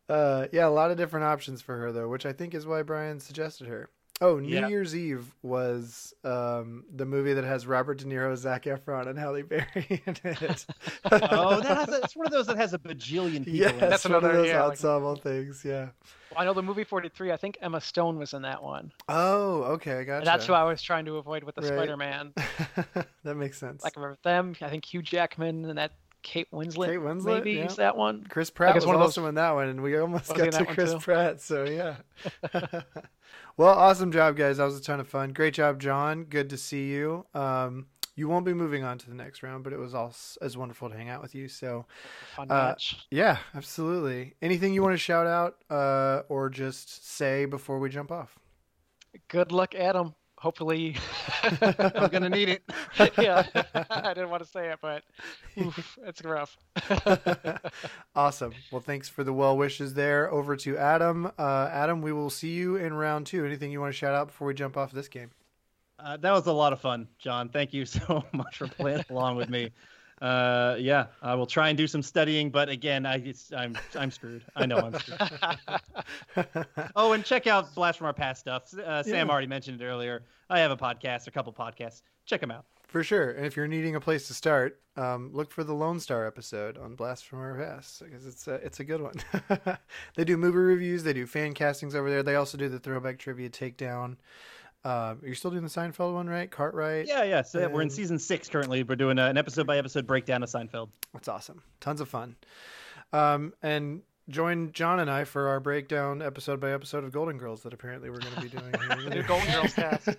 [SPEAKER 4] Uh, yeah, a lot of different options for her though, which I think is why Brian suggested her. Oh, New
[SPEAKER 5] Yeah.
[SPEAKER 4] Year's Eve was um, the movie that has Robert De Niro, Zach Efron, and Halle Berry in it.
[SPEAKER 5] Oh, that has a, it's one of those that has a bajillion people.
[SPEAKER 4] yeah,
[SPEAKER 5] in it.
[SPEAKER 4] that's
[SPEAKER 6] That's
[SPEAKER 4] one of
[SPEAKER 6] another-
[SPEAKER 4] those
[SPEAKER 6] yeah, like-
[SPEAKER 4] ensemble things. Yeah.
[SPEAKER 6] I know the movie 43, I think Emma Stone was in that one.
[SPEAKER 4] Oh, okay, I
[SPEAKER 6] And
[SPEAKER 4] gotcha.
[SPEAKER 6] That's who I was trying to avoid with the
[SPEAKER 4] Right.
[SPEAKER 6] Spider-Man.
[SPEAKER 4] that makes sense.
[SPEAKER 6] Like with them, I think Hugh Jackman and that Kate Winslet,
[SPEAKER 4] Kate Winslet,
[SPEAKER 6] maybe
[SPEAKER 4] yeah.
[SPEAKER 6] is that one.
[SPEAKER 4] Chris Pratt
[SPEAKER 6] like
[SPEAKER 4] was
[SPEAKER 6] it's one of those-
[SPEAKER 4] also in that one, and we almost
[SPEAKER 6] Was he
[SPEAKER 4] got
[SPEAKER 6] in
[SPEAKER 4] to
[SPEAKER 6] that one,
[SPEAKER 4] Chris
[SPEAKER 6] too?
[SPEAKER 4] Pratt. So yeah. well, awesome job, guys. That was a ton of fun. Great job, John. Good to see you. Um, you won't be moving on to the next round, but it was all s- as wonderful to hang out with you. So
[SPEAKER 6] Fun
[SPEAKER 4] Uh,
[SPEAKER 6] match.
[SPEAKER 4] yeah, absolutely. Anything you want to shout out uh, or just say before we jump off?
[SPEAKER 6] Good luck, Adam. Hopefully,
[SPEAKER 5] I'm gonna need it.
[SPEAKER 6] yeah. I didn't want to say it, but oof, it's rough.
[SPEAKER 4] awesome. Well, thanks for the well wishes there. Over to Adam. Uh, Adam, we will see you in round two. Anything you want to shout out before we jump off this game?
[SPEAKER 5] Uh, that was a lot of fun, John. Thank you so much for playing along with me. Uh, yeah, I will try and do some studying, but again, I it's, I'm I'm screwed. I know I'm screwed. oh, and check out Blast from Our Past stuff. Uh, Sam
[SPEAKER 4] Yeah.
[SPEAKER 5] already mentioned it earlier. I have a podcast, a couple podcasts. Check them out.
[SPEAKER 4] For sure. And if you're needing a place to start, um, look for the Lone Star episode on Blast from Our Past because it's a, it's a good one. they do movie reviews, they do fan castings over there. They also do the throwback trivia takedown. Um, you're still doing the Seinfeld one, right? Cartwright?
[SPEAKER 5] Yeah, yeah. So we're in
[SPEAKER 4] And-
[SPEAKER 5] season six currently. We're doing a, an episode by episode breakdown of Seinfeld.
[SPEAKER 4] That's awesome. Tons of fun. Um, and join John and I for our breakdown episode by episode of Golden Girls that apparently we're going to be doing. Here
[SPEAKER 6] New Golden Girls cast.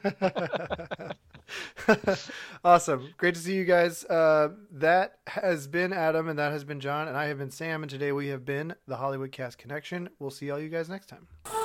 [SPEAKER 4] awesome. Great to see you guys. Uh, that has been Adam, and that has been John, and I have been Sam, and today we have been the Hollywood Cast Connection. We'll see all you guys next time.